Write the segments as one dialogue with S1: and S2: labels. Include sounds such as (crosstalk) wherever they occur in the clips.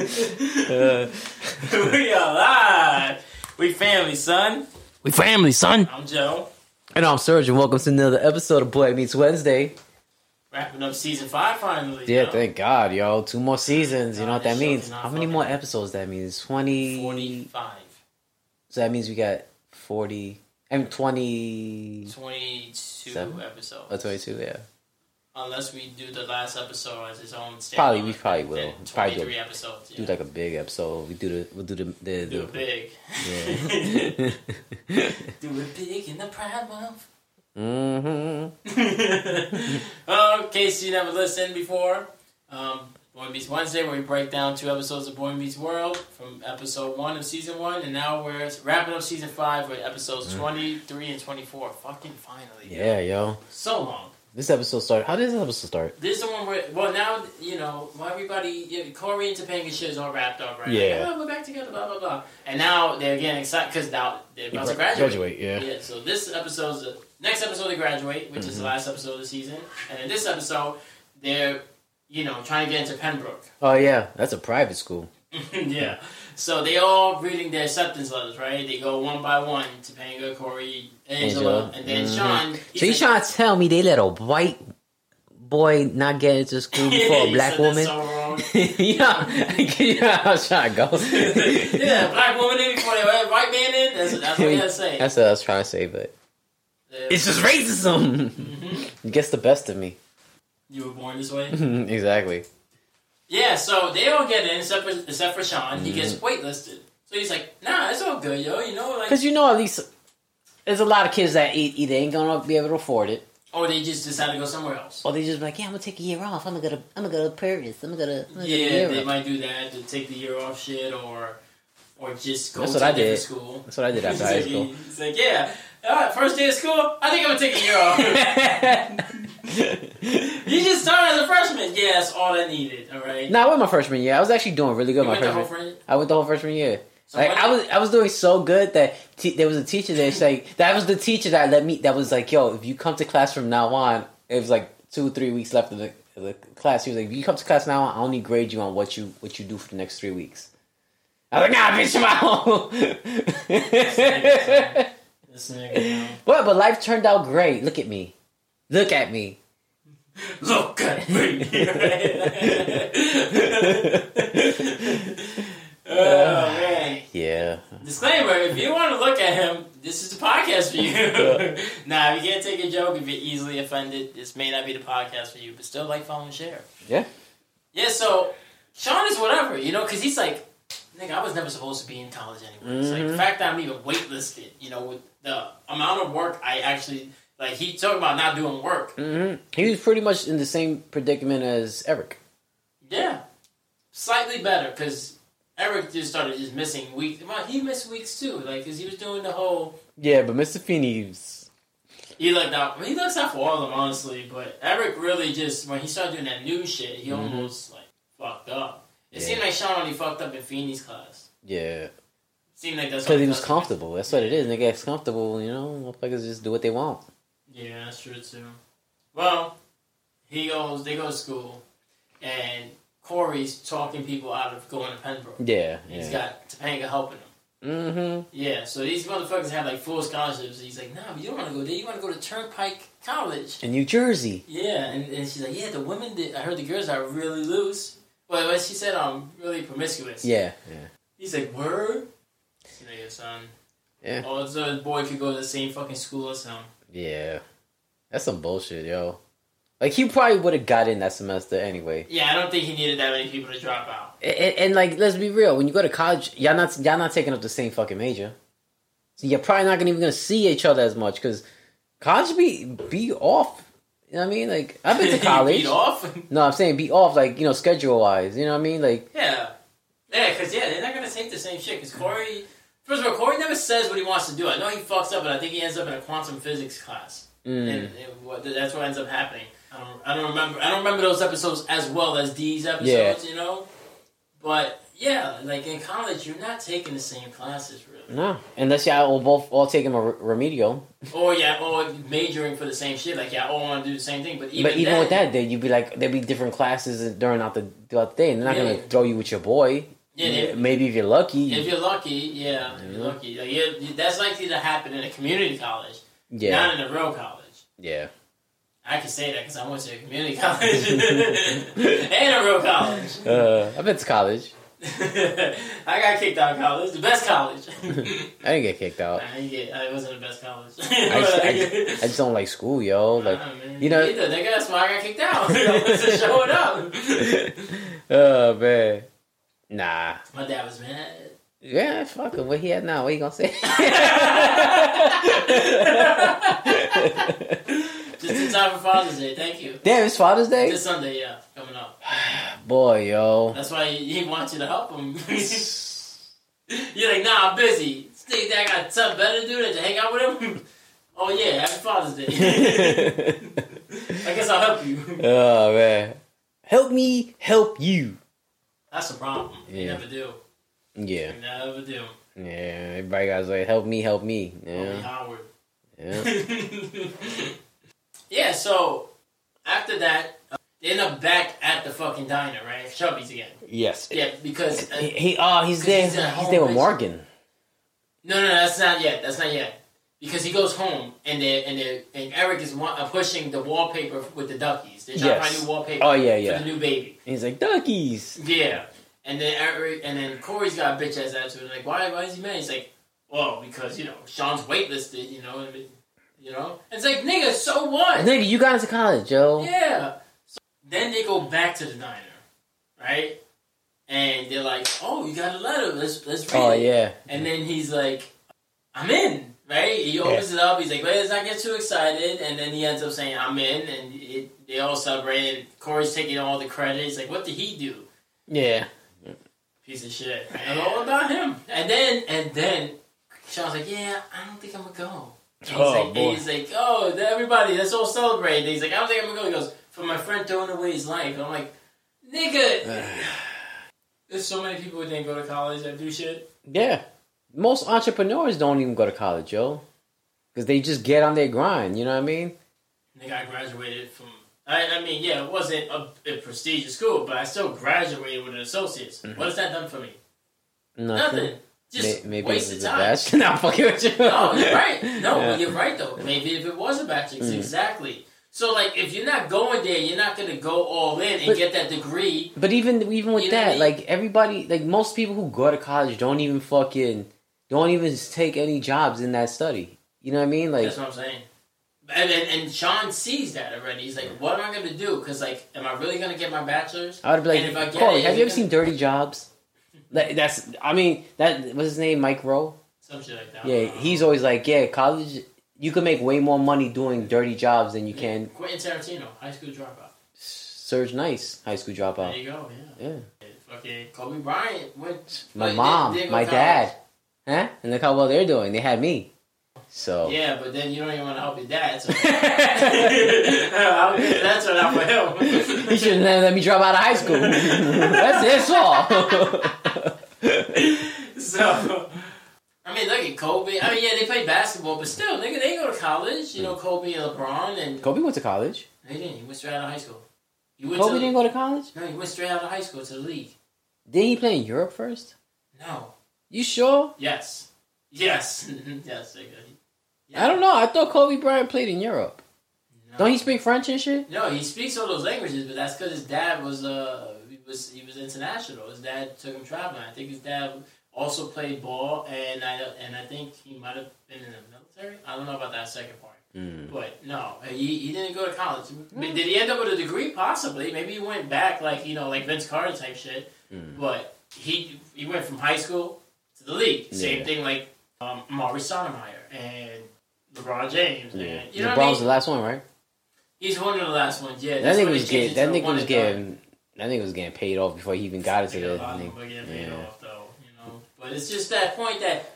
S1: Uh,
S2: (laughs) we are live. We family, son.
S1: we family, son.
S2: I'm Joe.
S1: And I'm Serge, and welcome to another episode of Black Meets Wednesday.
S2: Wrapping up season five finally.
S1: Yeah,
S2: yo.
S1: thank God, yo. Two more seasons. You know
S2: Nah,
S1: what that
S2: this show
S1: means?
S2: is not
S1: How many
S2: fucking-
S1: more episodes that means? 20.
S2: 45,
S1: So that means we got 40. I mean, 20.
S2: 22
S1: Seven?
S2: episodes.
S1: Or 22, oh, yeah.
S2: Unless we do the last episode as its own. Standalone.
S1: Probably- we probably will.
S2: Then
S1: Probably do-
S2: 23 episodes. Yeah.
S1: Do like a big episode. We do the. We'll do the. the,
S2: Do
S1: the
S2: it big. (laughs) do it big in the pride month.
S1: mm-hmm.
S2: well, Oh, in case you never listened before, um, Boy Meets Wednesday, where we break down two episodes of Boy Meets World from episode one of season one, and now we're wrapping up season five with episodes 23 and 24. Fucking finally.
S1: Mm. Yeah, yo.
S2: So long.
S1: This episode started. How did this episode start?
S2: This is the one where, well, now, you know, why everybody, you know, Corey and Topanga shit is all wrapped up, right?
S1: Yeah.
S2: Like, oh, we're back together, blah, blah, blah. And now they're getting excited because now they're about to
S1: Graduate, yeah. Mm-hmm.
S2: yeah, so this episode's the next episode they graduate, which is the last episode of the season. And in this episode, they're, you know, trying to get into Pembroke. (laughs)
S1: Oh, yeah. That's a private school.
S2: yeah. So they all reading their acceptance letters, right? They go one by one Topanga, Corey, Angela,
S1: Angela.
S2: and then
S1: Mhm.
S2: Sean.
S1: So you trying to tell me they let a white boy not get into school before
S2: (laughs)
S1: a
S2: He
S1: black
S2: said that's
S1: woman?
S2: so wrong.
S1: (laughs) yeah, (laughs) yeah, I was trying to go.
S2: (laughs) yeah, black woman in before they let white man in. That's, that's what you gotta say.
S1: (laughs) That's what I was trying to say, but it's just racism. (laughs) It gets the best of me.
S2: Mm-hmm.
S1: (laughs)
S2: you were born this way.
S1: exactly.
S2: Yeah, so they all get in except for except for Sean. He
S1: Mm-hmm.
S2: gets waitlisted. So he's like, nah, it's all good, yo. You know, like
S1: Because you know, at least there's a lot of kids that e- either ain't gonna be able to afford it,
S2: Or they just decide to go somewhere else.
S1: or they just be like, "Yeah, I'm gonna take a year off. I'm gonna go to, I'm gonna go to Paris. I'm gonna go to, I'm gonna
S2: Yeah,
S1: go to
S2: they
S1: Europe."
S2: might do that to take the year off shit or or just go
S1: That's
S2: to
S1: what I
S2: a different
S1: did
S2: school.
S1: That's
S2: (laughs)
S1: what I did
S2: It's
S1: after high
S2: like,
S1: school. (laughs)
S2: it's like, yeah, all right, first day of school, I think I'm gonna take a year
S1: (laughs)
S2: off. you just started as a freshman. Yeah, that's all I needed, alright?
S1: Nah, I went my freshman year. I was actually doing really good
S2: you
S1: my
S2: went the
S1: freshman.
S2: whole friend.
S1: I went the whole freshman year.
S2: So
S1: Like
S2: what-
S1: I was, I was doing so good that te- there was a teacher that's like, that was the teacher that let me. That was like, yo, if you come to class from now on, it was like two, three weeks left of the, of the class. He was like, if you come to class now on, I only grade you on what you what you do for the next three weeks. I was like, nah, bitch, I'm out.
S2: This nigga,
S1: (laughs)
S2: yo.
S1: but but life turned out great. Look at me, look at me.
S2: Look at me. (laughs) oh man.
S1: Yeah,
S2: Disclaimer, if you want to look at him, this is the podcast for you. (laughs) nah, if you can't take a joke, if you're easily offended, this may not be the podcast for you, but still like, follow, and share.
S1: yeah.
S2: Yeah, so Sean is whatever, you know, because he's like, nigga, I was never supposed to be in college anyway. It's like the
S1: Mhm.
S2: fact that I'm even waitlisted, you know, with the amount of work I actually, like, he talking about not doing work.
S1: hmm He was pretty much in the same predicament as Eric.
S2: Yeah, slightly better because Eric just started just missing weeks. Well, he missed weeks too, like because he was doing the whole.
S1: Yeah, but Mr. Feeney's.
S2: He looked out. I mean, he looks out for all of them honestly, but Eric really just when he started doing that new shit, he
S1: Mhm.
S2: almost like fucked up. It
S1: Yeah.
S2: seemed like Sean only fucked up in Feeney's class.
S1: Yeah.
S2: Seemed like that's
S1: Because
S2: what
S1: he was
S2: does.
S1: comfortable. That's what it is. Niggas comfortable, you know? Motherfuckers just do what they want.
S2: Yeah, that's true too. Well, he goes. They go to school, and Corey's talking people out of going to Pembroke.
S1: Yeah.
S2: He's
S1: yeah.
S2: got Topanga helping him.
S1: Mm-hmm.
S2: Yeah, so these motherfuckers have like full scholarships. He's like, nah, but you don't want to go there. You want to go to Turnpike College.
S1: In New Jersey.
S2: Yeah, and, and she's like, yeah, the women, that, I heard the girls are really loose. Well, what she said, um, really promiscuous.
S1: Yeah. Yeah.
S2: He's like, word? This Nigga, son.
S1: Yeah.
S2: Oh, so the boy could go to the same fucking school as him.
S1: Yeah. That's some bullshit, yo. Like, he probably would have got in that semester anyway.
S2: Yeah, I don't think he needed that many people to drop out.
S1: And, and, and, like, let's be real. When you go to college, y'all not, y'all not taking up the same fucking major. So you're probably not gonna, even going to see each other as much because college be, be off. You know what I mean? Like, I've been
S2: (laughs)
S1: to (laughs)
S2: He
S1: college.
S2: beat off? (laughs)
S1: No, I'm saying be off, like, you know, schedule wise. You know what I mean? Like,
S2: yeah. Yeah, because, yeah, they're not going to take the same shit. Because Corey, first of all, Corey never says what he wants to do. I know he fucks up, but I think he ends up in a quantum physics class.
S1: mm.
S2: and, and what, that's what ends up happening. I don't, I don't remember. I don't remember those episodes as well as these episodes. You know, but yeah, like in college, you're not taking the same classes really.
S1: No, unless y'all all both all taking a re- remedial.
S2: Or Oh, yeah, or majoring for the same shit. Like yeah, oh, I all want to do the same thing. But even
S1: but even
S2: then,
S1: with that, then you'd be like there'd be different classes during out the throughout the day, and they're not
S2: Yeah.
S1: gonna throw you with your boy.
S2: Yeah, they-
S1: maybe if you're lucky.
S2: If you're lucky, yeah, if you're
S1: Yeah.
S2: lucky. Like, yeah, that's likely to happen in a community college,
S1: yeah,
S2: not in a real college.
S1: yeah.
S2: I can say that because I went to a community (laughs) college and a real college.
S1: (laughs) Uh, I've been to college.
S2: (laughs) I got kicked out of college, the best college.
S1: (laughs) I didn't get kicked out.
S2: I didn't get. I wasn't the best college. (laughs)
S1: I just, I, just, I just don't like school, yo. Like,
S2: Nah, man,
S1: you know-
S2: me either, nigga, that's why I got kicked out. (laughs) I wasn't showing up. (laughs)
S1: (laughs) oh man, nah.
S2: My dad was mad.
S1: Yeah, fuck him. What he had now? What you gonna say? (laughs)
S2: Just in time for Father's Day. Thank you.
S1: Damn, it's Father's Day.
S2: This Sunday, yeah, coming up.
S1: Boy,
S2: (laughs)
S1: yo.
S2: That's why he, he wants you to help him. (laughs)
S1: (laughs)
S2: You're like, nah, I'm busy. Think that I got something better to do than to hang out with him? (laughs) oh yeah, happy Father's Day.
S1: (laughs)
S2: I guess I'll help you. (laughs)
S1: oh man, help me, help you.
S2: That's a problem. You
S1: Yeah.
S2: never do.
S1: Yeah,
S2: You never do.
S1: yeah. Everybody got to say, help me, help me.
S2: Only
S1: Yeah,
S2: Howard.
S1: yeah.
S2: (laughs) yeah, so after that, uh, they end up back at the fucking diner, right? Chubby's again.
S1: Yes.
S2: Yeah, because.
S1: He,
S2: Uh,
S1: he- oh, he's there.
S2: He's
S1: He's,
S2: at
S1: there with
S2: home,
S1: Morgan.
S2: no, no, no, that's not yet. That's not yet. Because he goes home and they and they and Eric is wa- uh, pushing the wallpaper with the duckies. They're trying to
S1: Yes.
S2: find new wallpaper
S1: Oh yeah,
S2: for
S1: yeah.
S2: the new baby.
S1: He's like duckies.
S2: Yeah. And then Eric, and then Corey's got a bitch ass attitude. Like, why? Why is he mad? He's like, well, because you know Sean's waitlisted. You know, and, it- you know. And it's like, nigga, so what?
S1: Nigga, you got into college, yo.
S2: Yeah. So then they go back to the diner, right? And they're like, oh, you got a letter. Let's let's read
S1: Oh
S2: it.
S1: yeah.
S2: And then he's like, I'm in. Right? He opens it up. He's like, let's not get too excited. And then he ends up saying, I'm in. And it, they all celebrate. And Corey's taking all the credit. He's like, what did he do?
S1: Yeah.
S2: piece of shit. And all about him. And then and then Sean's like, yeah, I don't think I'm gonna go. And he's,
S1: Oh,
S2: like, and
S1: boy.
S2: he's like, oh, th- everybody, let's all celebrate. And he's like, I don't think I'm gonna go. He goes, for my friend throwing away his life. And I'm like,
S1: (sighs)
S2: nigga, there's so many people who didn't go to college that do shit.
S1: Yeah. Most entrepreneurs don't even go to college, yo. Because they just get on their grind, you know what I mean?
S2: Nigga, I graduated from. I, I mean, yeah, it wasn't a, a prestigious school, but I still graduated with an associate's.
S1: Mm-hmm.
S2: What has that done for me? Nothing. Just
S1: May- maybe it
S2: wasted
S1: was a
S2: time.
S1: (laughs) batch. no, I'm fucking with you.
S2: (laughs) No, you're right. No,
S1: Yeah. Mm.
S2: you're right though. Maybe if it was a batch, ex- exactly. So like, if you're not going there, you're not gonna go all in and
S1: But-
S2: get that degree.
S1: But even even with
S2: You know what I
S1: that,
S2: mean?
S1: like everybody, like most people who go to college don't even fucking don't even take any jobs in that study. You know what I mean? Like
S2: That's what I'm saying. And, and and Sean sees that already. He's like, what am I gonna do? Because like, am I really gonna get my bachelor's?
S1: I would be
S2: And if I
S1: like,
S2: get
S1: Corey,
S2: it,
S1: have you ever
S2: then-
S1: seen Dirty Jobs? Like, that's I mean that what's his name, Mike Rowe.
S2: Some shit like that.
S1: Yeah, he's always like, yeah, college. You can make way more money doing dirty jobs than you can
S2: Quentin Tarantino, high school dropout.
S1: Surge Nice high school
S2: There
S1: dropout.
S2: you go. Yeah.
S1: Yeah,
S2: Fucking Kobe Bryant went.
S1: my
S2: like,
S1: mom,
S2: didn't go
S1: my
S2: college.
S1: dad, huh? And look how well they're doing. They had me. So
S2: Yeah, but then you don't even want to help your dad.
S1: (laughs)
S2: So. (laughs) That's what I'm for him.
S1: he shouldn't have let me drop out of high school. That's his fault.
S2: So, I mean, look at Kobe. I mean, yeah, they play basketball, but still, nigga, they go to college. You know, Kobe and LeBron, and
S1: (laughs) Kobe went to college.
S2: they didn't. He went straight out of high school. You went
S1: Kobe
S2: to,
S1: didn't go to college.
S2: No, he went straight out of high school to the league.
S1: Didn't he play in Europe first?
S2: No.
S1: You sure?
S2: Yes. Yes. (laughs) yes. Nigga.
S1: I don't know. I thought Kobe Bryant played in Europe.
S2: No.
S1: Don't he speak French and shit?
S2: No, he speaks all those languages, but that's because his dad was uh he was he was international. His dad took him traveling. I think his dad also played ball, and I and I think he might have been in the military. I don't know about that second part.
S1: Mm.
S2: But no, he, he didn't go to college. I mean, Did he end up with a degree? Possibly. Maybe he went back like you know like Vince Carter type shit.
S1: Mm.
S2: But he he went from high school to the league. Same
S1: Yeah.
S2: thing like um, Maurice Sotomayor and LeBron James. And, you know
S1: LeBron
S2: what I mean?
S1: was the last one, right?
S2: He's one of the last ones. Yeah,
S1: That
S2: that's
S1: nigga
S2: when
S1: was
S2: he changed
S1: getting. That
S2: it to
S1: nigga
S2: one
S1: was
S2: and done.
S1: getting. That nigga was getting paid off before he even got into
S2: uh, Yeah, a
S1: the.
S2: lot of
S1: thing.
S2: people get paid
S1: Yeah.
S2: off though, you know. But it's just that point that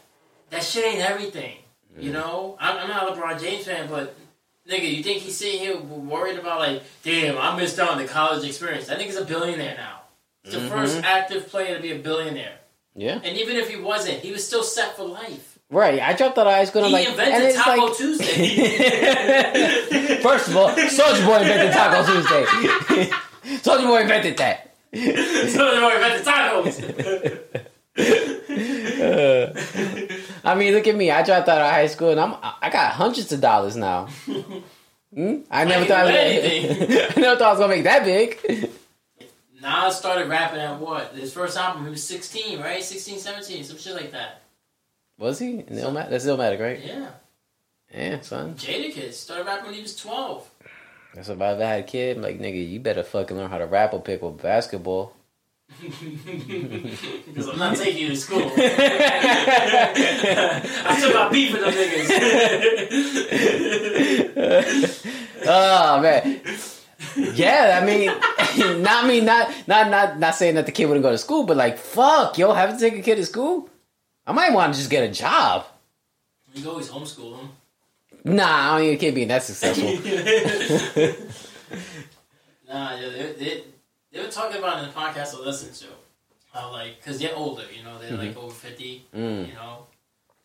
S2: that shit ain't everything,
S1: Mm.
S2: you know. I'm, I'm not a LeBron James fan, but nigga, you think he's sitting here worried about like, damn, I missed out on the college experience. That nigga's a billionaire now. He's the
S1: Mhm.
S2: first active player to be a billionaire,
S1: Yeah.
S2: and even if he wasn't, he was still set for life.
S1: Right. I dropped out of high school. And
S2: He
S1: I'm like, and
S2: invented
S1: it's
S2: Taco
S1: like.
S2: (laughs) Tuesday.
S1: (laughs) First of all, Soldier Boy invented Taco
S2: (laughs)
S1: (laughs) Tuesday. Soldier Boy invented that.
S2: so they were invented tacos. (laughs)
S1: (laughs) I mean, look at me. I dropped out of high school and I'm I got hundreds of dollars now.
S2: (laughs)
S1: Hmm? I never
S2: ain't
S1: thought I, was,
S2: anything.
S1: (laughs) I never thought I was gonna make that big.
S2: Nas started rapping at what? His first album, he was 16, right? 16, 17, some shit like that.
S1: Was he? In Illmatic? That's Illmatic, right?
S2: Yeah.
S1: Yeah, son.
S2: Jadakiss started rapping when he was 12.
S1: That's about that kid. I'm like, nigga, you better fucking learn how to rap or pick up basketball. (laughs)
S2: Because I'm not taking you to school. I took my beef with them (laughs) niggas.
S1: Oh man. Yeah, I mean, (laughs) not me, not not not not saying that the kid wouldn't go to school, but like, fuck, yo, having to take a kid to school, I might want to just get a job.
S2: you always homeschool them.
S1: Nah, I don't even kid being that
S2: (laughs)
S1: successful. (laughs)
S2: nah, yeah, they, they, they were talking about it in the podcast I listened to. How, like, because they're older, you know, they're like over 50,
S1: Mm.
S2: you know.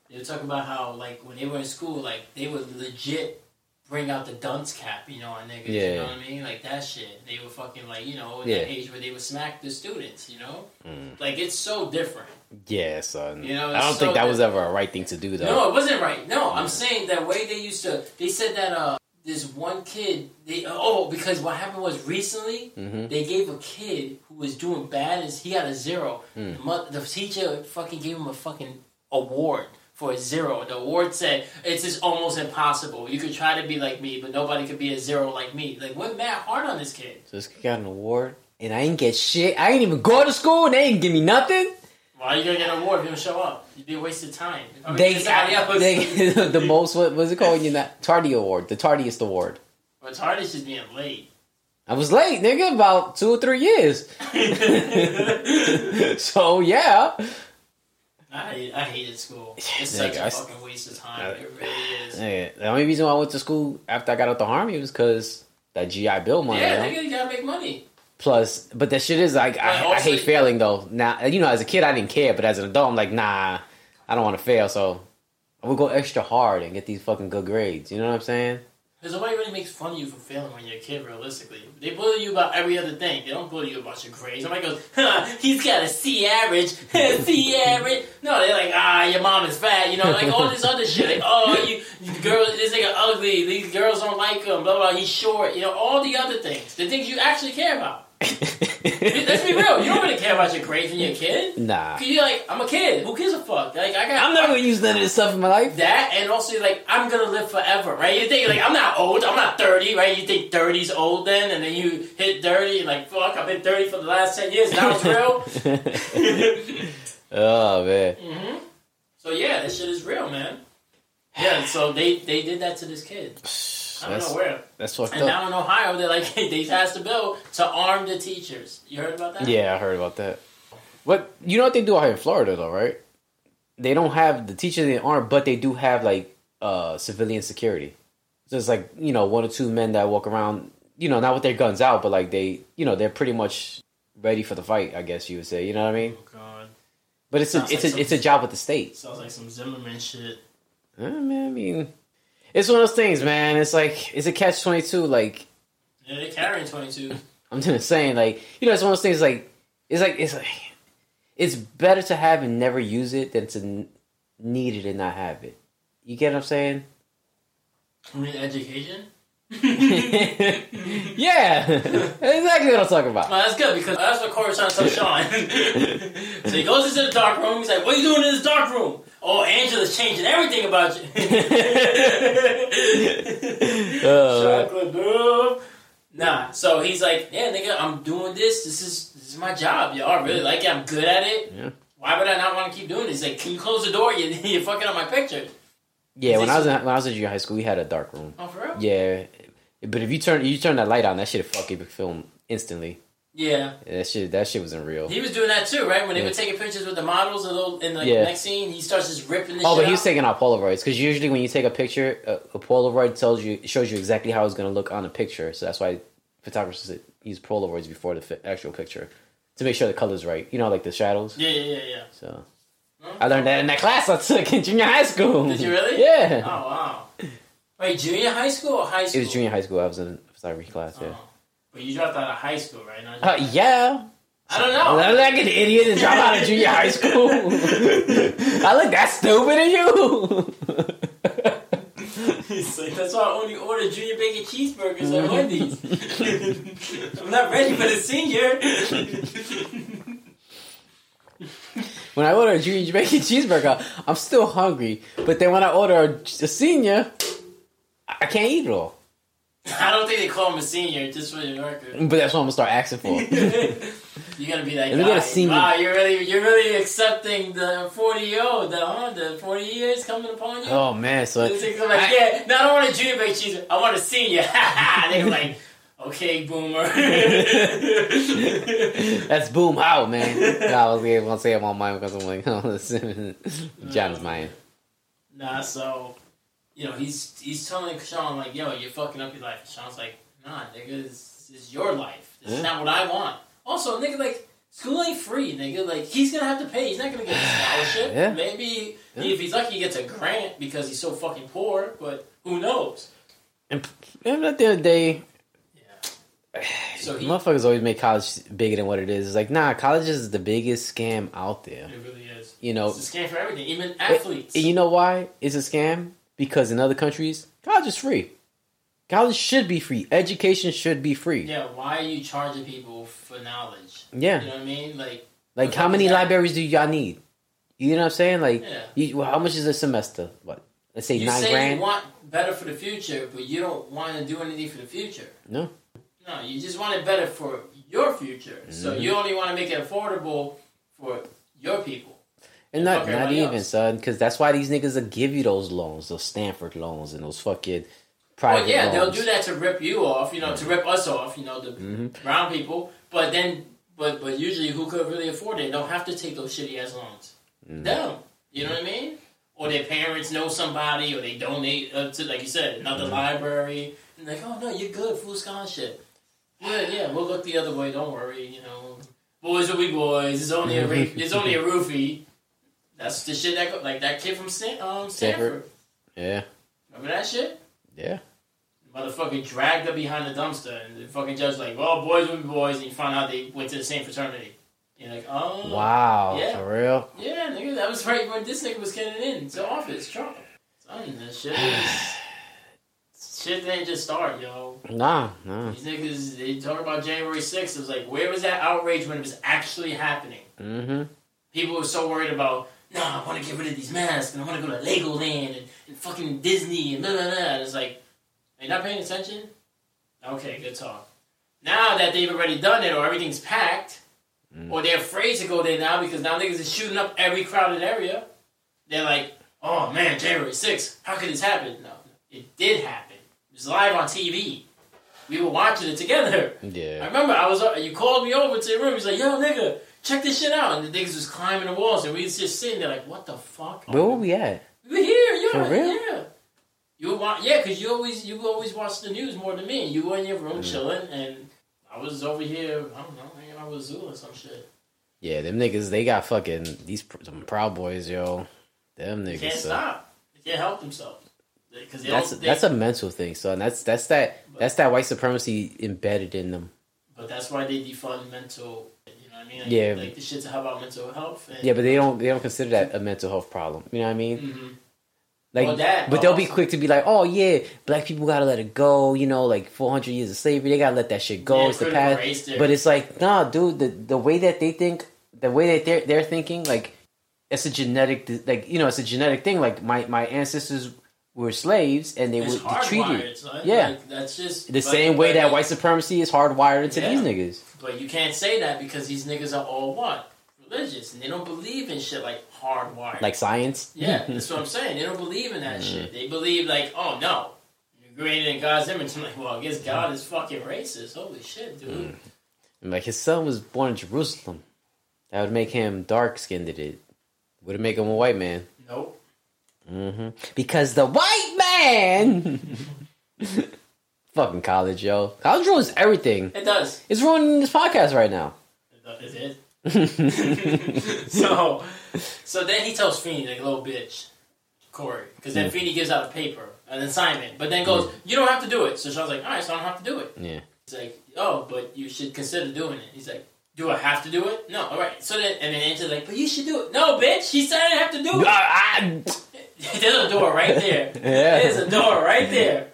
S2: They were talking about how, like, when they were in school, like, they would legit bring out the dunce cap, you know, on niggas, you
S1: Yeah.
S2: know what I mean? Like, that shit. They were fucking, like, you know, in
S1: Yeah.
S2: that age where they would smack the students, you know?
S1: Mm.
S2: Like, it's so different.
S1: Yeah, son.
S2: You know,
S1: I don't
S2: it's
S1: think
S2: so
S1: that
S2: good.
S1: was ever a right thing to do, though.
S2: No, it wasn't right. No, I'm saying that way they used to. They said that uh, this one kid. They oh, because what happened was recently
S1: Mhm.
S2: they gave a kid who was doing bad. Is he got a zero?
S1: Hmm.
S2: The, mo- the teacher fucking gave him a fucking award for a zero. The award said it's just almost impossible. You could try to be like me, but nobody could be a zero like me. Like went mad hard on this kid.
S1: So this kid got an award, and I ain't get shit. I ain't even go to school, and they ain't give me nothing.
S2: Why are you gonna get an award if you don't show up? You'd be a waste of time. I mean,
S1: They,
S2: it's not-
S1: they (laughs) the most what was it called? You not tardy award, the tardiest award.
S2: What's hard is just being late. (laughs)
S1: I was late, nigga, about two or three years. (laughs) so yeah,
S2: I hate, I hated school. It's
S1: Nigga,
S2: such a
S1: I s-
S2: fucking waste of time.
S1: I-
S2: It really is.
S1: Yeah, the only reason why I went to school after I got out the army was because that GI Bill money.
S2: Yeah,
S1: you know?
S2: nigga, you gotta make money.
S1: Plus, but that shit is like I,
S2: But
S1: I
S2: also-
S1: hate failing though. Now you know, as a kid I didn't care, but as an adult I'm like, nah, I don't want to fail, so I would go extra hard and get these fucking good grades. You know what I'm saying?
S2: Because nobody really makes fun of you for failing when you're a kid, realistically. They bully you about every other thing. They don't bully you about your grades. Somebody goes, huh, he's got a C average, (laughs) C average. No, they're like, ah, your mom is fat, you know, like all this other shit. Like, oh, you, you girls, this nigga ugly, these girls don't like him, blah, blah, he's short, you know, all the other things. The things you actually care about. Let's be real, you don't really care about your grades when you're a kid.
S1: (laughs) Nah,
S2: Cause you're like, I'm a kid. Who gives a fuck? Like, I got
S1: I'm never gonna use none of this stuff in my (laughs) life.
S2: that, and also you're like, I'm gonna live forever, right? You think like, I'm not old. I'm not 30, right? You think 30's old then, and then you hit 30, and like, fuck, I've been 30 for the last 10 years. Now it's real.
S1: (laughs)
S2: (laughs)
S1: oh man.
S2: hmm So yeah, this shit is real, man. Yeah. So they they did that to this kid. I don't
S1: That's-
S2: know where.
S1: That's fucked
S2: And
S1: up.
S2: now in Ohio, they're like, (laughs) they passed a bill to arm the teachers. You heard about that?
S1: Yeah, I heard about that. But you know what they do out here in Florida though, right? They don't have the teachers in the arm, but they do have like uh civilian security. So it's like, you know, one or two men that walk around, you know, not with their guns out, but like they you know, they're pretty much ready for the fight, I guess you would say. You know what I mean?
S2: Oh God.
S1: But it's a
S2: Sounds
S1: it's
S2: like
S1: a it's a job with the state.
S2: Sounds like some Zimmerman shit.
S1: I mean, I mean it's one of those things, man. It's like it's a catch twenty two, like
S2: Yeah, they carrying
S1: (laughs)
S2: 22.
S1: I'm just saying, like, you know, it's one of those things. Like, it's like it's like it's better to have and never use it than to n- need it and not have it. You get what I'm saying? (laughs)
S2: I mean, education.
S1: (laughs) yeah, (laughs) exactly what I'm talking about.
S2: No, that's good because that's what Corey's trying to tell Sean.
S1: (laughs)
S2: so he goes into the dark room. He's like, "What are you doing in this dark room?" Oh, Angela's changing everything about
S1: (laughs)
S2: you. (laughs)
S1: Uh,
S2: Chocolate dove. Nah, so he's like, "Yeah, nigga, I'm doing this. This is this is my job. Y'all really like it. I'm good at it.
S1: Yeah.
S2: Why would I not want to keep doing this?" He's like, "Can you close the door? (laughs) You, you're fucking up my picture."
S1: yeah, when I was in, when I was in junior high school, we had a dark room.
S2: Oh, for real?
S1: Yeah, but if you turn you turn that light on, that shit fucking film instantly.
S2: Yeah.
S1: That shit that shit wasn't real.
S2: He was doing that too, right? When they
S1: Yeah.
S2: were taking pictures with the models, and little, in like
S1: Yeah.
S2: the next scene, he starts just ripping the
S1: Oh,
S2: shit
S1: but
S2: out.
S1: he was taking out Polaroids because usually when you take a picture, a, a Polaroid tells you it shows you exactly how it's going to look on a picture. So that's why photographers use Polaroids before the fi- actual picture to make sure the color's right. You know, like the shadows.
S2: yeah, yeah, yeah, yeah.
S1: So I learned that in that class I took in junior high school.
S2: Did you really?
S1: (laughs) Yeah,
S2: Oh wow! Wait, junior high school or high
S1: it
S2: school?
S1: was junior high school. I was in photography class. Yeah,
S2: Oh. But you dropped out of high school, right? Not
S1: uh, yeah.
S2: I don't know.
S1: I'm like an idiot and drop out of junior high
S2: (laughs)
S1: school. (laughs) I look that stupid at you. (laughs)
S2: (laughs) It's like, that's why I only order junior bacon cheeseburgers
S1: Mm-hmm.
S2: at Wendy's. (laughs) I'm not ready for the senior. (laughs)
S1: when I order a (laughs) junior bacon cheeseburger, I'm still hungry. But then when I order a, a senior, I can't eat it all.
S2: I don't think they call him a senior just for your record. (laughs)
S1: But that's what I'm gonna start asking for.
S2: You're gonna be that
S1: Let me get a
S2: guy.
S1: senior.
S2: Wow, you're really you're really accepting the 40 year old, the huh, the 40 years coming upon you.
S1: oh man, so
S2: It's like, I'm like,
S1: I-
S2: yeah, no, I don't want a junior bacon cheeseburger. I want a senior. (laughs) they were like, okay, boomer. (laughs)
S1: that's boom out, man. No, I was able to say I'm on mine because I'm like, (laughs) oh, listen, John's mine.
S2: Nah, so you know he's he's telling Sean like, yo, you're fucking up your life. And Sean's like, nah, nigga, this, this is your life. This is
S1: Yeah.
S2: not what I want. Also, nigga, like school ain't free, nigga. Like he's gonna have to pay. He's not gonna get a scholarship.
S1: (sighs) Yeah.
S2: Maybe
S1: Yeah.
S2: if he's lucky, he gets a grant because he's so fucking poor. But who
S1: (sighs)
S2: knows?
S1: And, and at the end of the day,
S2: So he,
S1: motherfuckers always make college bigger than what it is. It's like, nah, college is the biggest scam out there.
S2: it really is.
S1: You know,
S2: It's a scam for everything, even athletes.
S1: And you know why it's a scam? Because in other countries, college is free. College should be free. Education should be free.
S2: yeah,
S1: Yeah.
S2: why are you charging people for knowledge? You know what I mean? Like,
S1: Like, how many
S2: Yeah.
S1: libraries do y'all need? You know what I'm saying? Like,
S2: yeah.
S1: you, well, how much is a semester? What? Let's say
S2: You
S1: nine
S2: say
S1: grand.
S2: you want better for the future, but you don't want to do anything for the future.
S1: No.
S2: No, you just want it better for your future. So
S1: Mm-hmm.
S2: you only want to make it affordable for your people.
S1: and not,
S2: fuck
S1: not
S2: everybody
S1: even,
S2: else.
S1: son, because that's why these niggas will give you those loans, those Stanford loans and those fucking
S2: Well,
S1: private
S2: Oh, yeah,
S1: loans.
S2: they'll do that to rip you off, you know, to rip us off, you know, the brown people. But then, but but usually, who could really afford it? Don't have to take those shitty ass loans. Them, you know what I mean? Or their parents know somebody, or they donate uh, to, like you said, another library. And like, oh no, you're good, full scholarship. Yeah, yeah, we'll look the other way. Don't worry, you know. Boys will be boys. It's only a re- it's only a roofie. That's the shit that go- like that kid from Stan- um, Stanford.
S1: Yeah.
S2: Remember that shit?
S1: Yeah.
S2: Motherfucker dragged her behind the dumpster, and the fucking judge like, "Well, boys will be boys," and you find out they went to the same fraternity. You're like, "Oh,
S1: Wow.
S2: Yeah.
S1: For real?
S2: yeah, nigga, that was right when this nigga was getting in to office, Trump." Son, this shit is (sighs) shit didn't just start, yo.
S1: Nah, nah.
S2: These niggas they talk about January 6th. It was like, where was that outrage when it was actually happening?
S1: Mm-hmm.
S2: People were so worried about, nah, I want to get rid of these masks, and I want to go to Legoland and, and fucking Disney and blah, blah, blah. And it's like, are you not paying attention? Okay, good talk. Now that they've already done it, or everything's packed, or they're afraid to go there now because now niggas is shooting up every crowded area, they're like, oh man, January 6th, how could this happen? No, it did happen. It was live on TV. We were watching it together. I
S1: Yeah.
S2: remember I was you called me over to your room. He's like, "Yo, nigga, check this shit out." And the niggas was climbing the walls, and we was just sitting there like, "What the fuck?" Oh,
S1: Where were we at?
S2: We were here, yeah,
S1: For real?
S2: yeah. You were wa- yeah, cause you always you always watch the news more than me. You were in your room chilling, and I was over here. I don't know, hanging out with Zoo or some shit.
S1: Yeah, them niggas, they got fucking these pr- some proud boys, yo. Them
S2: They
S1: niggas.
S2: can't
S1: son.
S2: stop. They can't help themselves. They- Cause they
S1: That's
S2: don't, they,
S1: that's a mental thing, son. That's that's that that's that white supremacy embedded in them.
S2: but that's why they defund mental. You know what I mean? Like,
S1: Yeah.
S2: like the shit's about mental health. And,
S1: Yeah, but they don't they don't consider that a mental health problem. You know what I mean?
S2: Mhm.
S1: Like,
S2: Well, that-
S1: but they'll be
S2: oh.
S1: quick to be like, "Oh yeah, black people gotta let it go." You know, like 400 years of slavery, they gotta let that shit go.
S2: Yeah,
S1: it's the
S2: critical
S1: past.
S2: race theory.
S1: But it's like, nah, dude. The the way that they think, the way that they're they're thinking, like it's a genetic, like you know, it's a genetic thing. Like my my ancestors were slaves, and they
S2: It's
S1: were treated
S2: hardwired, son.
S1: Yeah.
S2: Like, that's just
S1: the
S2: but-
S1: same way
S2: but-
S1: that white supremacy is hardwired into
S2: Yeah.
S1: these niggas.
S2: But you can't say that because these niggas are all what? Religious. And they don't believe in shit like hardwired.
S1: like science.
S2: (laughs)
S1: (laughs)
S2: yeah, that's what I'm saying. They don't believe in that shit. They believe, like, oh no, you're created in God's image. I'm like, well, I guess God is fucking racist. Holy shit, dude.
S1: And, like his son was born in Jerusalem. That would make him dark skinned. It would make him a white man.
S2: Nope.
S1: hmm Because the white man. (laughs) Fucking college, yo. College ruins everything.
S2: It does.
S1: It's ruining this podcast right (laughs) now. Uh,
S2: It does. It is. (laughs) so, so then he tells Feeney, like little bitch, Corey, because then Feeney gives out a paper, an assignment, but then goes, "You don't have to do it." So Sean's like, "All right, so I don't have to do it."
S1: yeah.
S2: He's like, "Oh, but you should consider doing it." He's like, Do I have to do it? No. All right. So then, and then Angela's like, but you should do it. No, bitch. He said I didn't have to do it.
S1: (laughs)
S2: (laughs)
S1: I,
S2: There's a door right there.
S1: Yeah.
S2: There's a door right there.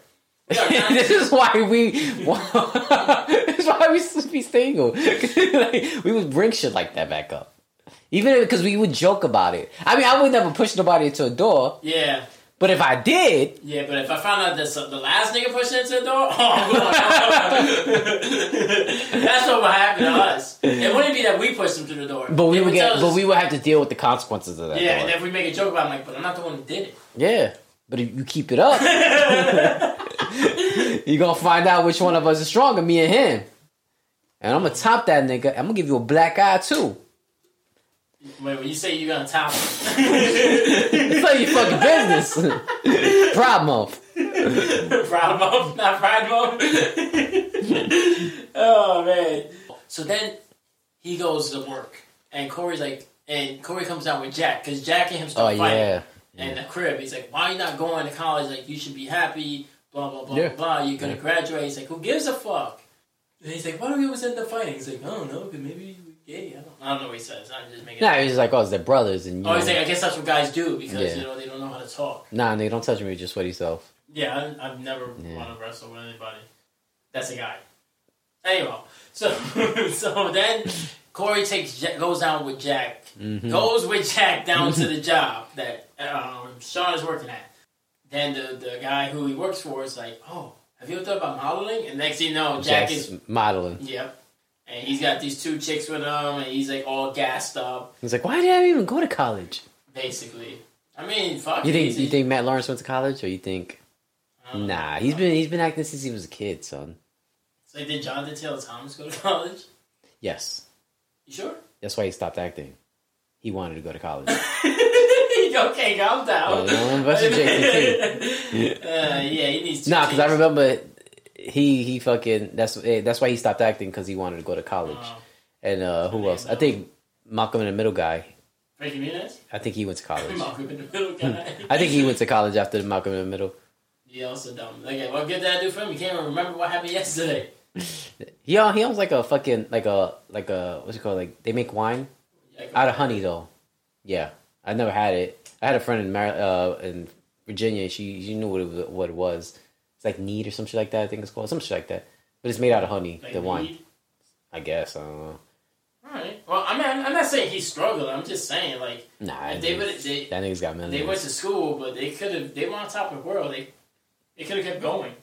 S2: We
S1: (laughs)
S2: are not-
S1: this is why we. (laughs) this is why we should be single. (laughs) Like, we would bring shit like that back up, even because we would joke about it. I mean, I would never push nobody into a door,
S2: yeah.
S1: but if I did,
S2: Yeah, but if I found out that so- the last nigga pushed into the door, (laughs) oh, I'm going out. That's what would happen to us. It wouldn't be that we pushed him through the door.
S1: but we
S2: They
S1: would
S2: tell
S1: get,
S2: us-
S1: but we would have to deal with the consequences of that.
S2: Yeah, and
S1: door.
S2: if we make a joke about it, I'm like, but I'm not the one who did it.
S1: yeah. But if you keep it up, (laughs) you're gonna find out which one of us is stronger, me and him. And I'm gonna top that nigga. I'm gonna give you a black eye too.
S2: Wait, when you say you're gonna top him, (laughs)
S1: It's like your fucking business. (laughs) Pride month.
S2: proud mom, not proud mom. (laughs) oh man. So then he goes to work, and Corey's like, and Corey comes out with Jack because Jack and him
S1: Oh
S2: start fighting.
S1: yeah.
S2: and the crib. He's like, why you not going to college? Like, you should be happy, blah, blah, blah,
S1: Yeah.
S2: blah. You're going to
S1: Yeah.
S2: graduate. He's like, who gives a fuck? And he's like, why do we always end up fighting? He's like, I don't know, because maybe we're gay. I don't, I don't know what he says. I'm just making
S1: Nah,
S2: it.
S1: he's just like, oh, it's their brothers, and you
S2: Oh, he's
S1: know-
S2: like, I guess that's what guys do because,
S1: Yeah.
S2: you know, they don't know how to talk.
S1: nah, nigga, don't touch me. Just sweat yourself.
S2: Yeah, I, I've never
S1: Yeah.
S2: want to wrestle with anybody. That's a guy. Anyway, so (laughs) so then Corey takes Jack, goes down with Jack
S1: Mm-hmm.
S2: goes with Jack down to the (laughs) job that um, Sean is working at. Then the, the guy who he works for is like, "Oh, have you ever thought about modeling?" And next thing you know, Jack
S1: Jack's
S2: is
S1: modeling.
S2: yep, and he's got these two chicks with him, and he's like all gassed up,
S1: He's like, why did I even go to college?
S2: basically. I mean, fuck.
S1: You think
S2: Oh, he's- Oh.
S1: you think Matt Lawrence went to college, or you think?
S2: I don't know.
S1: Nah, he's been he's been acting since he was a kid, son.
S2: It's like, did Jonathan Taylor Thomas go to college?
S1: Yes,
S2: You sure?
S1: that's why he stopped acting. He wanted to go to college.
S2: (laughs) okay, calm down.
S1: Well, don't invest
S2: (laughs)
S1: in
S2: uh,
S1: JTT.
S2: yeah, he needs. Two
S1: nah, because I
S2: chicks.
S1: remember he he fucking that's eh, that's why he stopped acting because he wanted to go to college.
S2: Uh,
S1: and uh, who else? I think Malcolm in the Middle guy.
S2: Frankie Muniz.
S1: I think he went to college.
S2: Malcolm in the middle guy.
S1: (laughs) I think he went to college after the Malcolm in the Middle.
S2: Yeah, also dumb. Okay, what good did I do for him? You can't even remember what happened yesterday.
S1: He own- he owns like a fucking like a like a what's it called? Like they make wine out of honey though. Yeah, I never had it. I had a friend in Mar- uh, in Virginia. She she knew what it was, what it was. It's like need or some shit like that. I think it's called some shit like that. But it's made out of honey.
S2: Like
S1: the wine,
S2: weed.
S1: I guess. I don't know.
S2: Alright. Well, I mean, I'm I'm not saying he struggled. I'm just saying, like,
S1: Nah,
S2: if
S1: that
S2: they would
S1: nigga's-
S2: they,
S1: that nigga's got
S2: they went
S1: millions.
S2: to school, but they could have, they were on top of the world. They they could have kept going.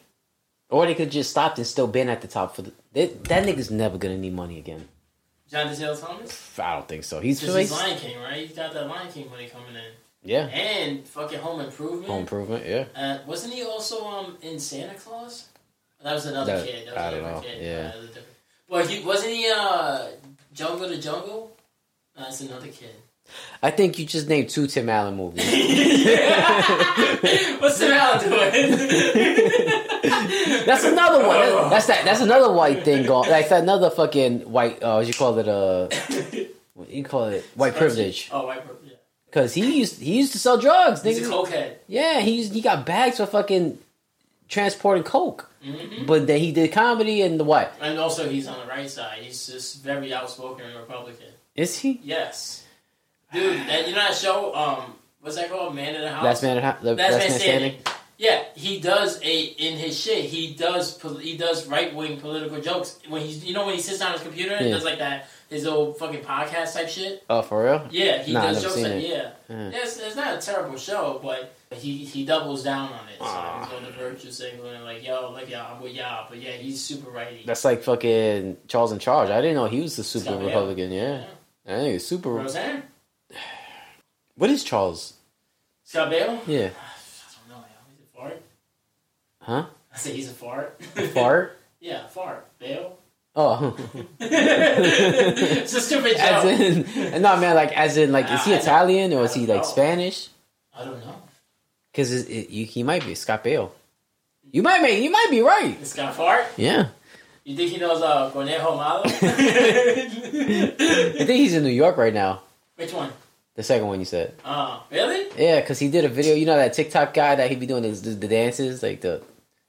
S1: Or they could just stopped and still been at the top for the. They, that nigga's never gonna need money again.
S2: Jonathan Taylor Thomas?
S1: Pff, I don't think so. He's,
S2: Because he's
S1: he's-
S2: Lion King, right? He's got that Lion King money coming in.
S1: yeah.
S2: And fucking Home Improvement.
S1: Home improvement. Yeah.
S2: Uh, wasn't he also um in Santa Claus? That was another
S1: That-
S2: kid. That was
S1: I
S2: another
S1: don't know,
S2: kid.
S1: yeah.
S2: that was a different- Well, he wasn't he uh Jungle to Jungle? No, That's another kid. (laughs)
S1: I think you just named two Tim Allen (laughs) movies.
S2: What's the matter doing?
S1: That's another one.
S2: Oh.
S1: That- That's
S2: (laughs)
S1: that. That's another white thing going. That's another fucking white. Uh, what you call it? Uh, what you call it white privilege.
S2: Oh, white privilege. Yeah.
S1: Because he used he used to sell drugs.
S2: He's a
S1: Nigga.
S2: cokehead.
S1: Yeah, he used, he got bags for fucking transporting coke.
S2: hmm
S1: But then he did comedy and the what?
S2: And also, he's on the right side. He's just very outspoken Republican.
S1: Is he?
S2: Yes, dude. That, you know that show? Um, what's that called? Man in the House.
S1: Last man. in Ho- the-
S2: That's
S1: Last
S2: man
S1: man standing.
S2: Yeah, he does a in his shit. He does pol- he does right wing political jokes when he's you know when he sits on his computer and
S1: Yeah.
S2: does like that his old fucking podcast type shit.
S1: Oh, for real?
S2: Yeah, he
S1: Nah,
S2: does
S1: I've
S2: jokes
S1: seen
S2: like
S1: it.
S2: yeah.
S1: Yeah.
S2: It's, it's not a terrible show, but he he doubles down on it. So
S1: Aw.
S2: he's on the virtue signal and like yo, like y'all, I'm with y'all, but yeah, he's super righty.
S1: That's like fucking Charles in Charge. I didn't know he was the super
S2: Scott Baio.
S1: Republican. Yeah. I think it's
S2: You know
S1: super.
S2: what I'm saying?
S1: What is Charles?
S2: Scott Baio? (laughs)
S1: Yeah.
S2: I don't know. yo. He's a fart.
S1: Huh?
S2: I say he's a fart.
S1: Fart?
S2: (laughs) yeah, fart. Bail. (laughs)
S1: Oh. (laughs)
S2: it's a stupid joke.
S1: As in, no, man, like as in, like is he
S2: I- I-
S1: Italian or is
S2: I
S1: he
S2: don't
S1: like
S2: know.
S1: Spanish?
S2: I don't know.
S1: Because it, it, you- he might be Scott Bale. You might make, you might be right.
S2: It's got fart.
S1: Yeah,
S2: You think he knows uh, Conejo
S1: (laughs)
S2: Malo?
S1: I think he's in New York right now.
S2: Which one?
S1: The second one you said,
S2: Uh, really?
S1: Eh, yeah, because he did a video. You know that TikTok guy that he be doing his, the, the dances, like the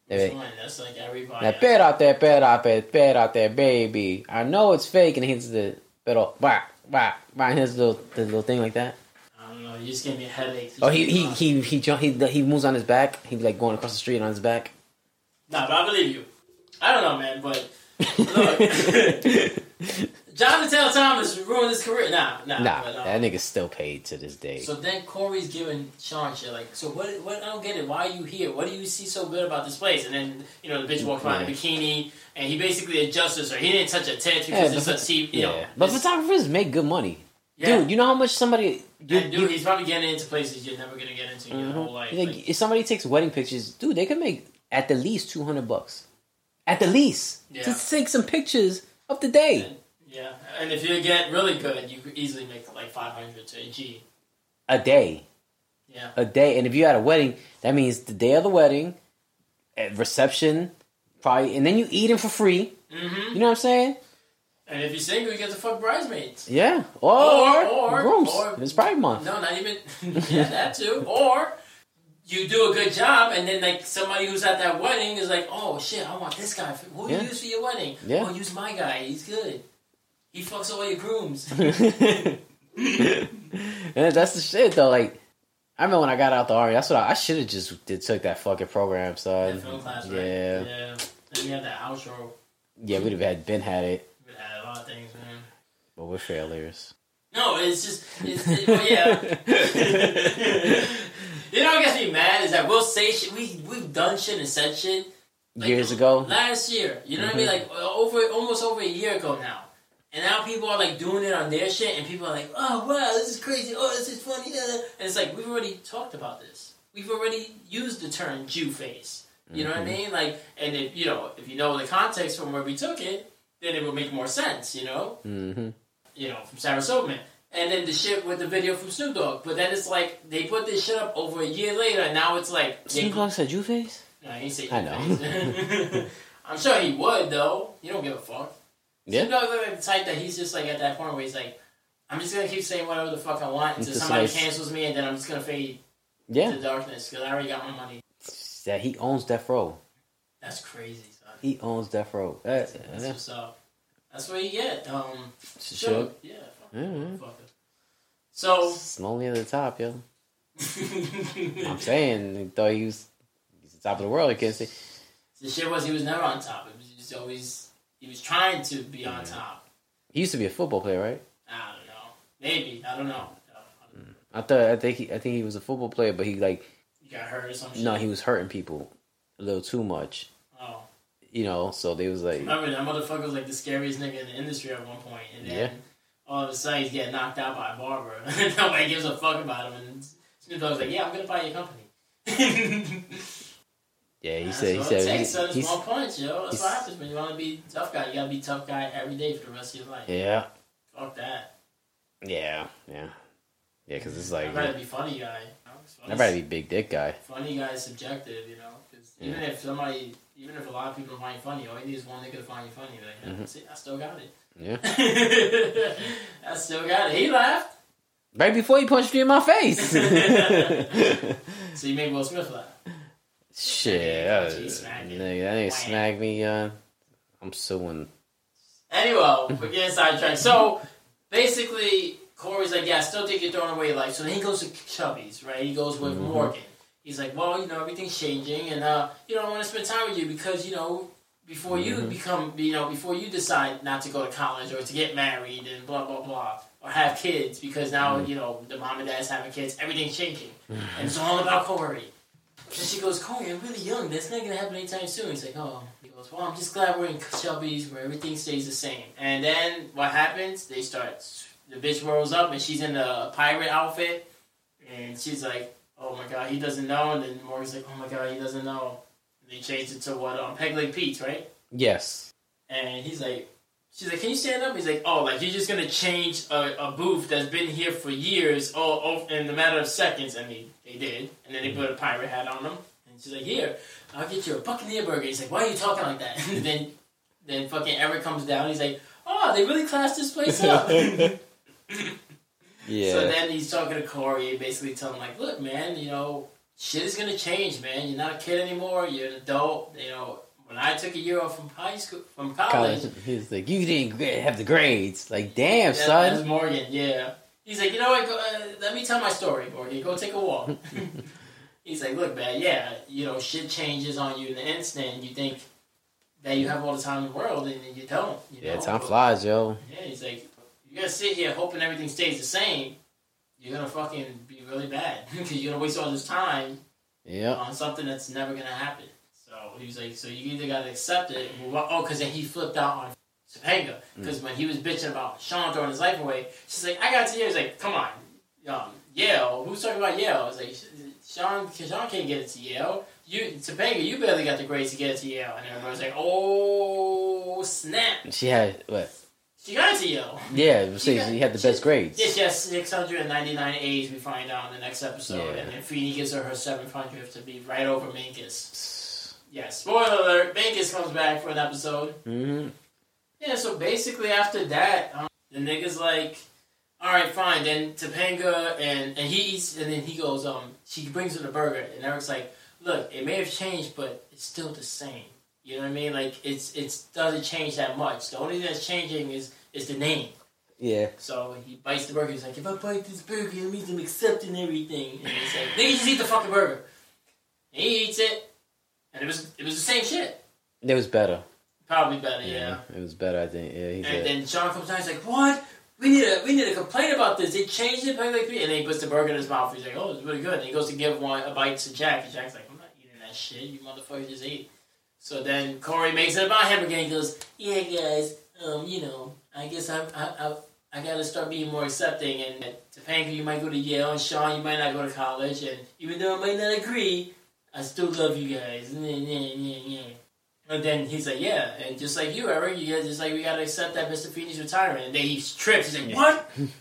S2: That's fine. That's like everybody.
S1: Now,
S2: else.
S1: out there, bed out there, bed out there, baby. I know it's fake, and here's the pero, wah, wah, wah, and his little, the little thing like that.
S2: I don't know. You just gave me a headache.
S1: Oh, he he he he jump, he he moves on his back. He's like going across the street on his back.
S2: Nah, but I believe you. I don't know, man, but Jonathan Taylor Thomas ruined his career. Nah, nah,
S1: (laughs) nah,
S2: but, um,
S1: that nigga's still paid to this day.
S2: So then Corey's giving Sean shit like, so what? What? I don't get it. Why are you here? What do you see so good about this place? And then you know the bitch walks around in a
S1: Right.
S2: bikini, and he basically adjusts her. He didn't touch a tit because
S1: Yeah,
S2: it's
S1: but-
S2: a see, you
S1: yeah,
S2: know.
S1: but
S2: it's-
S1: photographers make good money,
S2: yeah.
S1: dude. You know how much somebody you,
S2: And
S1: you-
S2: dude, he's probably getting into places you're never gonna get into in
S1: Mm-hmm.
S2: your whole life.
S1: like,
S2: Like,
S1: if somebody takes wedding pictures, dude, they can make at the least two hundred bucks, at the least,
S2: Yeah.
S1: to take some pictures of the day.
S2: yeah, and if you get really good, you could easily make like five hundred to a G.
S1: a day,
S2: Yeah,
S1: a day. And if you had a wedding, that means the day of the wedding, at reception, probably, and then you eating for free.
S2: hmm
S1: You know what I'm saying?
S2: and if you're single, you get to fuck bridesmaids.
S1: Yeah. Or,
S2: or-
S1: rooms.
S2: or-
S1: it's Pride Month.
S2: No, not even (laughs) yeah, that too. Or you do a good job, and then like somebody who's at that wedding is like, "Oh shit, I want this guy. Who do
S1: Yeah.
S2: you use for your wedding?
S1: Yeah.
S2: Oh, use my guy. He's good. He fucks all your
S1: (laughs)
S2: grooms."
S1: (laughs) and that's the shit though. Like, I remember when I got out the army. That's what I, I should have just did, took that fucking program.
S2: That
S1: So
S2: film class, right?
S1: yeah, yeah,
S2: yeah. Then you have that outro.
S1: we'd have had been had it,
S2: We had a lot of things, man.
S1: but we're failures.
S2: No, it's just, it's, it, well,
S1: (laughs)
S2: yeah. you know what gets me mad is that we'll say shit. We we've done shit and said shit Like,
S1: Years ago, Mm-hmm.
S2: last year. You know what I mean? Like over almost over a year ago now. And now people are like doing it on their shit, and people are like, "Oh wow, this is crazy. Oh, this is funny." And it's like we've already talked about this. We've already used the term Jew face. You
S1: Mm-hmm.
S2: know what I mean? Like, and if you know, if you know the context from where we took it, then it would make more sense. You know,
S1: hmm
S2: you know, from Sarah Silverman. And then the shit with the video from Snoop Dogg. But then it's like, they put this shit up over a year later, and now it's like. they-
S1: Snoop Dogg said you face.
S2: No, he ain't say
S1: I know.
S2: (laughs) I'm sure he would, though. You don't give a fuck.
S1: Yeah.
S2: Snoop Dogg look like the type that he's just like at that point where he's like, I'm just gonna keep saying whatever the fuck I want until
S1: Until
S2: somebody
S1: somebody's-
S2: cancels me, and then I'm just gonna fade
S1: Yeah,
S2: to darkness because I already got my money.
S1: that he owns Death Row.
S2: That's crazy, son.
S1: He owns Death Row. That,
S2: That's what's up. That's what you get. Um,
S1: that's
S2: sure.
S1: shook.
S2: Yeah. Fuck
S1: Mhm.
S2: motherfucker. So.
S1: Slowly at the top, yo.
S2: (laughs)
S1: I'm saying, he thought he was he's the top of the world. I can't say.
S2: The shit was he was never on top. It was just always he was trying to be on top.
S1: He used to be a football player, right?
S2: I don't know. Maybe I don't know.
S1: I thought I think he, I think he was a football player, but he like
S2: You got hurt or some shit.
S1: no, he was hurting people a little too much,
S2: Oh,
S1: you know. So they was like,
S2: remember that motherfucker was like the scariest nigga in the industry at one point, and then
S1: Yeah.
S2: all of a sudden he's getting knocked out by a barber. (laughs) Nobody gives a fuck about him, and Snoop Dogg's like, "Yeah, I'm gonna buy your
S1: (laughs)
S2: company."
S1: yeah, he
S2: That's
S1: said, he
S2: what
S1: said,
S2: it takes,
S1: he-
S2: son. It's
S1: he's-
S2: one punch, yo. That's
S1: he's-
S2: what happens when you want to be tough guy. You gotta be tough guy every day for the rest of your life.
S1: yeah,
S2: Fuck that.
S1: yeah, yeah, yeah, because it's
S2: I'd
S1: like
S2: rather
S1: I'd
S2: be funny guy. you know? It's funny
S1: rather be big dick guy.
S2: funny guy is subjective, you know. 'cause even if somebody, even if a lot of people find you funny, all you need is one nigga to find you funny. Like, yeah, see, I still got it.
S1: Yeah,
S2: (laughs) I still got it. He laughed,
S1: right before he punched me in
S2: (laughs)
S1: my face.
S2: so you made Will Smith laugh.
S1: Shit, that
S2: He
S1: was-
S2: smacked you.
S1: nigga, that ain't
S2: Wham.
S1: smack me. Uh, I'm suing.
S2: Anyway, we're getting sidetracked. So basically, Corey's like, "Yeah, I still think you're throwing away your life." So then he goes to Chubby's, right? He goes with Morgan. He's like, "Well, you know, everything's changing, and uh, you know, I want to spend time with you because you know." Before you become, you know, before you decide not to go to college or to get married and blah blah blah, or have kids, because now you know the mom and dad's having kids, everything's changing, and it's all about Corey. And she goes, Corey, you're really young. That's not gonna happen anytime soon. He's like, oh. He goes, well, I'm just glad we're in Shelby's where everything stays the same. And then what happens? They start. The bitch rolls up and she's in a pirate outfit, and she's like, oh my god, he doesn't know. And then Morgan's like, oh my god, he doesn't know. And they changed it to what? Um, Peg Leg Pete's, right?
S1: Yes,
S2: And he's like, she's like, can you stand up? He's like, oh, like you're just gonna change a, a booth that's been here for years, all, all in the matter of seconds. And they, they did. And then they put a pirate hat on him. And she's like, here, I'll get you a Buccaneer burger. He's like, why are you talking like that? (laughs) And then, then fucking Eric comes down. He's like, oh, they really classed this place up.
S1: (laughs) yeah.
S2: So then he's talking to Corey, basically telling him, like, look, man, you know, shit is gonna change, man. You're not a kid anymore. You're an adult. You know, when I took a year off from high school, from college,
S1: College. He was like, you didn't gra- have the grades. Like, damn,
S2: that- that's
S1: son.
S2: Morgan. Yeah, he's like, you know what? Go, uh, let me tell my story, Morgan. Go take a walk.
S1: (laughs)
S2: he's like, look, man. Yeah, you know, shit changes on you in an instant. You think that you have all the time in the world, and then you don't. You
S1: Yeah,
S2: know?
S1: time flies, yo.
S2: Yeah, he's like, you're gonna sit here hoping everything stays the same. You're gonna fucking be really bad (laughs) because you're gonna waste all this time
S1: Yep.
S2: on something that's never gonna happen. So he was like, so you either gotta accept it. and move on- Oh, because then he flipped out on Topanga because when he was bitching about Sean throwing his life away, she's like, I got to you. He's like, come on, um, Yale. Who's talking about Yale? I was like, Sean, Sean can't get it to Yale. You Topanga, you barely got the grades to get it to Yale. And everybody's like, oh snap,
S1: She had what?
S2: she got it to Yale.
S1: Yeah, so
S2: She
S1: she
S2: got-
S1: had the
S2: she-
S1: best grades.
S2: Yes, yes, 699 A's we find out in the next episode.
S1: Yeah.
S2: And then Feeny gives her her 700th to be right over Minkus. Yes, spoiler alert, Minkus comes back for an episode.
S1: hmm
S2: Yeah, so basically after that, um, the nigga's like, alright, fine. Then Topanga, and, and he eats, and then he goes, um, she brings him the burger. And Eric's like, look, it may have changed, but it's still the same. You know what I mean? Like, it's it's doesn't change that much. The only thing that's changing is is the name.
S1: Yeah.
S2: So he bites the burger. He's like, if I bite this burger, it means I'm accepting everything. And he's like, nigga, just eat the fucking burger. And he eats it, and it was it was the same shit.
S1: It was better.
S2: Probably better, yeah.
S1: Yeah. It was better, I think. Yeah, he
S2: And
S1: said.
S2: then Sean comes down. He's like, what? We need to we need to complain about this. They changed it, like And then he puts the burger in his mouth. He's like, oh, it's really good. And he goes to give one a bite to Jack, and Jack's like, I'm not eating that shit. You motherfucker just ate. So then Corey makes it about him again. He goes, yeah, guys, um, you know, I guess I'm I, I I gotta start being more accepting. And Topanga, you might go to Yale, and Sean, you might not go to college. And even though I might not agree, I still love you guys. (laughs) Yeah, yeah, yeah, yeah. And then he's like, yeah, and just like you, Eric, you guys, just like we gotta accept that Mr. Feeney's retiring. And then he trips. He's like,
S1: Yeah.
S2: what?
S1: (laughs)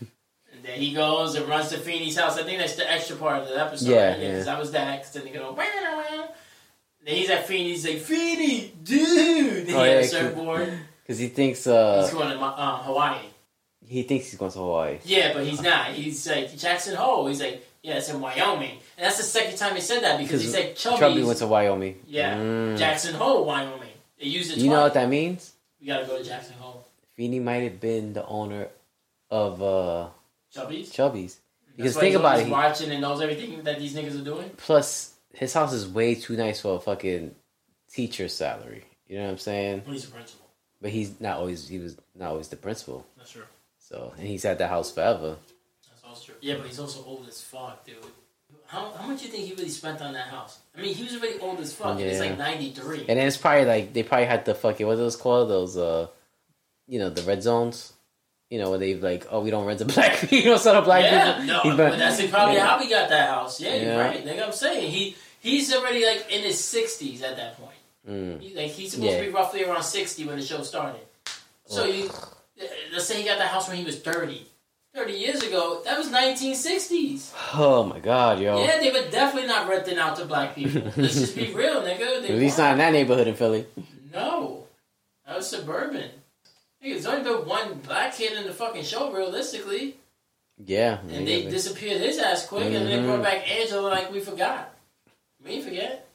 S2: and then he goes and runs to Feeney's house. I think that's the extra part of the episode.
S1: Yeah,
S2: right?
S1: yeah.
S2: 'cause that was that. 'cause then they go, wow, wow. Then he's at Feeney's like, Feeney, dude. Then he
S1: Oh,
S2: had
S1: yeah,
S2: a
S1: he-
S2: surfboard.
S1: Because he thinks,
S2: he's
S1: uh,
S2: going to my, uh, Hawaii.
S1: he thinks he's going to Hawaii.
S2: Yeah, but he's not. He's like Jackson Hole. He's like, yeah, it's in Wyoming, and that's the second time he said that because he
S1: Because
S2: said Chubby.
S1: Chubby went to Wyoming.
S2: Yeah.
S1: Mm.
S2: Jackson Hole, Wyoming. They used it.
S1: You know
S2: twice.
S1: what that means?
S2: We gotta go to Jackson Hole.
S1: Feeney might have been the owner of uh,
S2: Chubby's.
S1: Chubby's.
S2: That's
S1: Because
S2: why
S1: think
S2: he's
S1: about
S2: always
S1: it. he-
S2: Watching and knows everything that these niggas are doing.
S1: plus, his house is way too nice for a fucking teacher's salary. You know what I'm saying?
S2: He's a principal.
S1: But he's not always, he was not always the principal.
S2: That's true.
S1: So, and he's had the house forever.
S2: That's also true. Yeah, but he's also old as fuck, dude. How, how much you think he really spent on that house? I mean, he was already old as fuck. He's
S1: Yeah.
S2: like ninety three.
S1: And then it's probably like they probably had the fucking what are those called? Those uh you know, the red zones. You know, where they like, oh we don't rent to (laughs) black people, you don't sell to black
S2: yeah,
S1: people.
S2: no,
S1: He
S2: but,
S1: been-
S2: that's probably
S1: yeah.
S2: how he got that house. Yeah, you're
S1: Yeah.
S2: right. Like I'm saying, he he's already like in his sixties at that point.
S1: Mm.
S2: He, like he's supposed
S1: Yeah.
S2: to be roughly around sixty when the show started. So you, let's say he got the house when he was thirty. Thirty years ago, that was nineteen sixties.
S1: Oh my god, yo.
S2: Yeah, they were definitely not renting out to black people. let's just be real,
S1: (laughs)
S2: nigga. They
S1: At
S2: weren't.
S1: least not in that neighborhood in Philly.
S2: No, that was suburban. Nigga, there's only been one black kid in the fucking show, realistically.
S1: Yeah.
S2: And they disappeared his ass quick, and they
S1: Mhm.
S2: brought back Angela like we forgot. We ain't forget.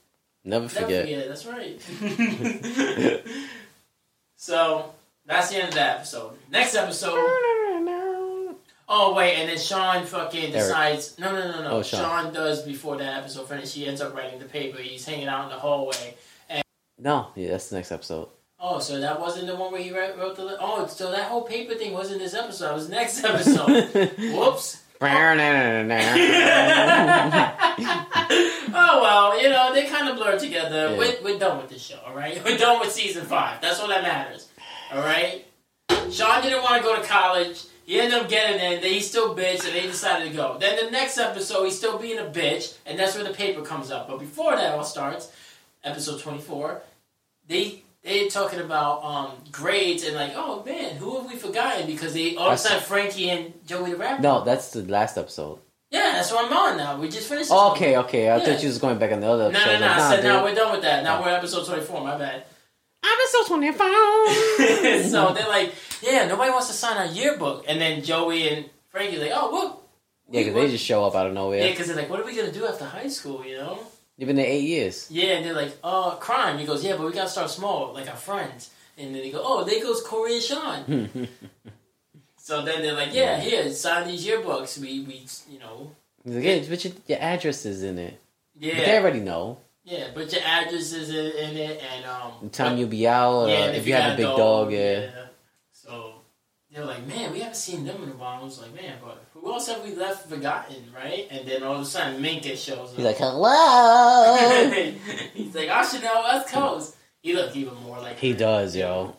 S1: never
S2: Never
S1: forget.
S2: forget. That's right.
S1: (laughs)
S2: (laughs) so that's the end of that episode. Next episode. Oh wait, and then Sean fucking decides. No, no, no, no.
S1: Oh,
S2: Sean.
S1: Sean.
S2: does before that episode finishes. He ends up writing the paper. He's hanging out in the hallway.
S1: No, yeah, that's the next episode.
S2: Oh, so that wasn't the one where he wrote, wrote the. le- Oh, so that whole paper thing wasn't this episode. It was next
S1: (laughs)
S2: episode. Whoops. (laughs) oh well, you know they kind of blur together.
S1: Yeah.
S2: We're, we're done with this show, all right? (laughs) We're done with season five. That's all that matters, all right? Sean didn't want to go to college. He ended up getting in. Then he still bitch, and they decided to go. Then the next episode, he's still being a bitch, and that's where the paper comes up. But before that all starts, episode twenty four, they. They talking about um, grades and like, oh man, who have we forgotten? Because they all of a
S1: That's-
S2: sudden Frankie and Joey the Rapper.
S1: no, that's the last episode.
S2: Yeah, that's what I'm on now. We just finished. this one.
S1: okay, okay. I
S2: Yeah.
S1: thought you was going back on the other
S2: No,
S1: episode.
S2: no, no.
S1: Like,
S2: I said,
S1: nah,
S2: no,
S1: dude.
S2: we're done with that. Now we're episode 24, my bad. (laughs)
S1: I'm episode twenty five.
S2: so they're like, yeah, nobody wants to sign our yearbook. And then Joey and Frankie's like, oh, we'll,
S1: (laughs) Yeah, because they just show up out of nowhere.
S2: Yeah, because they're like, what are we gonna do after high school? You know?
S1: They've been there eight years. (laughs)
S2: Yeah, and they're like, uh, crime. He goes, yeah, but we gotta start small, like our friends. And then he go, oh, there goes Corey and Sean. So then they're like, yeah, here, sign these yearbooks. We, we, you know,
S1: He's like, yeah, but your, your address is in it. But they
S2: yeah,
S1: already know.
S2: yeah, but your address is in, in it, and um,
S1: The time you'll be out, or
S2: yeah, and
S1: Uh, if, you have
S2: got
S1: a big dog, yeah.
S2: So they were like, man, we haven't seen them in a while. I was like, man, but who else have we left forgotten, right? And then all of a sudden, Minka shows up.
S1: He's like,
S2: (laughs)
S1: hello.
S2: He's like, I should know West Coast. He looked even more like
S1: he does, yo.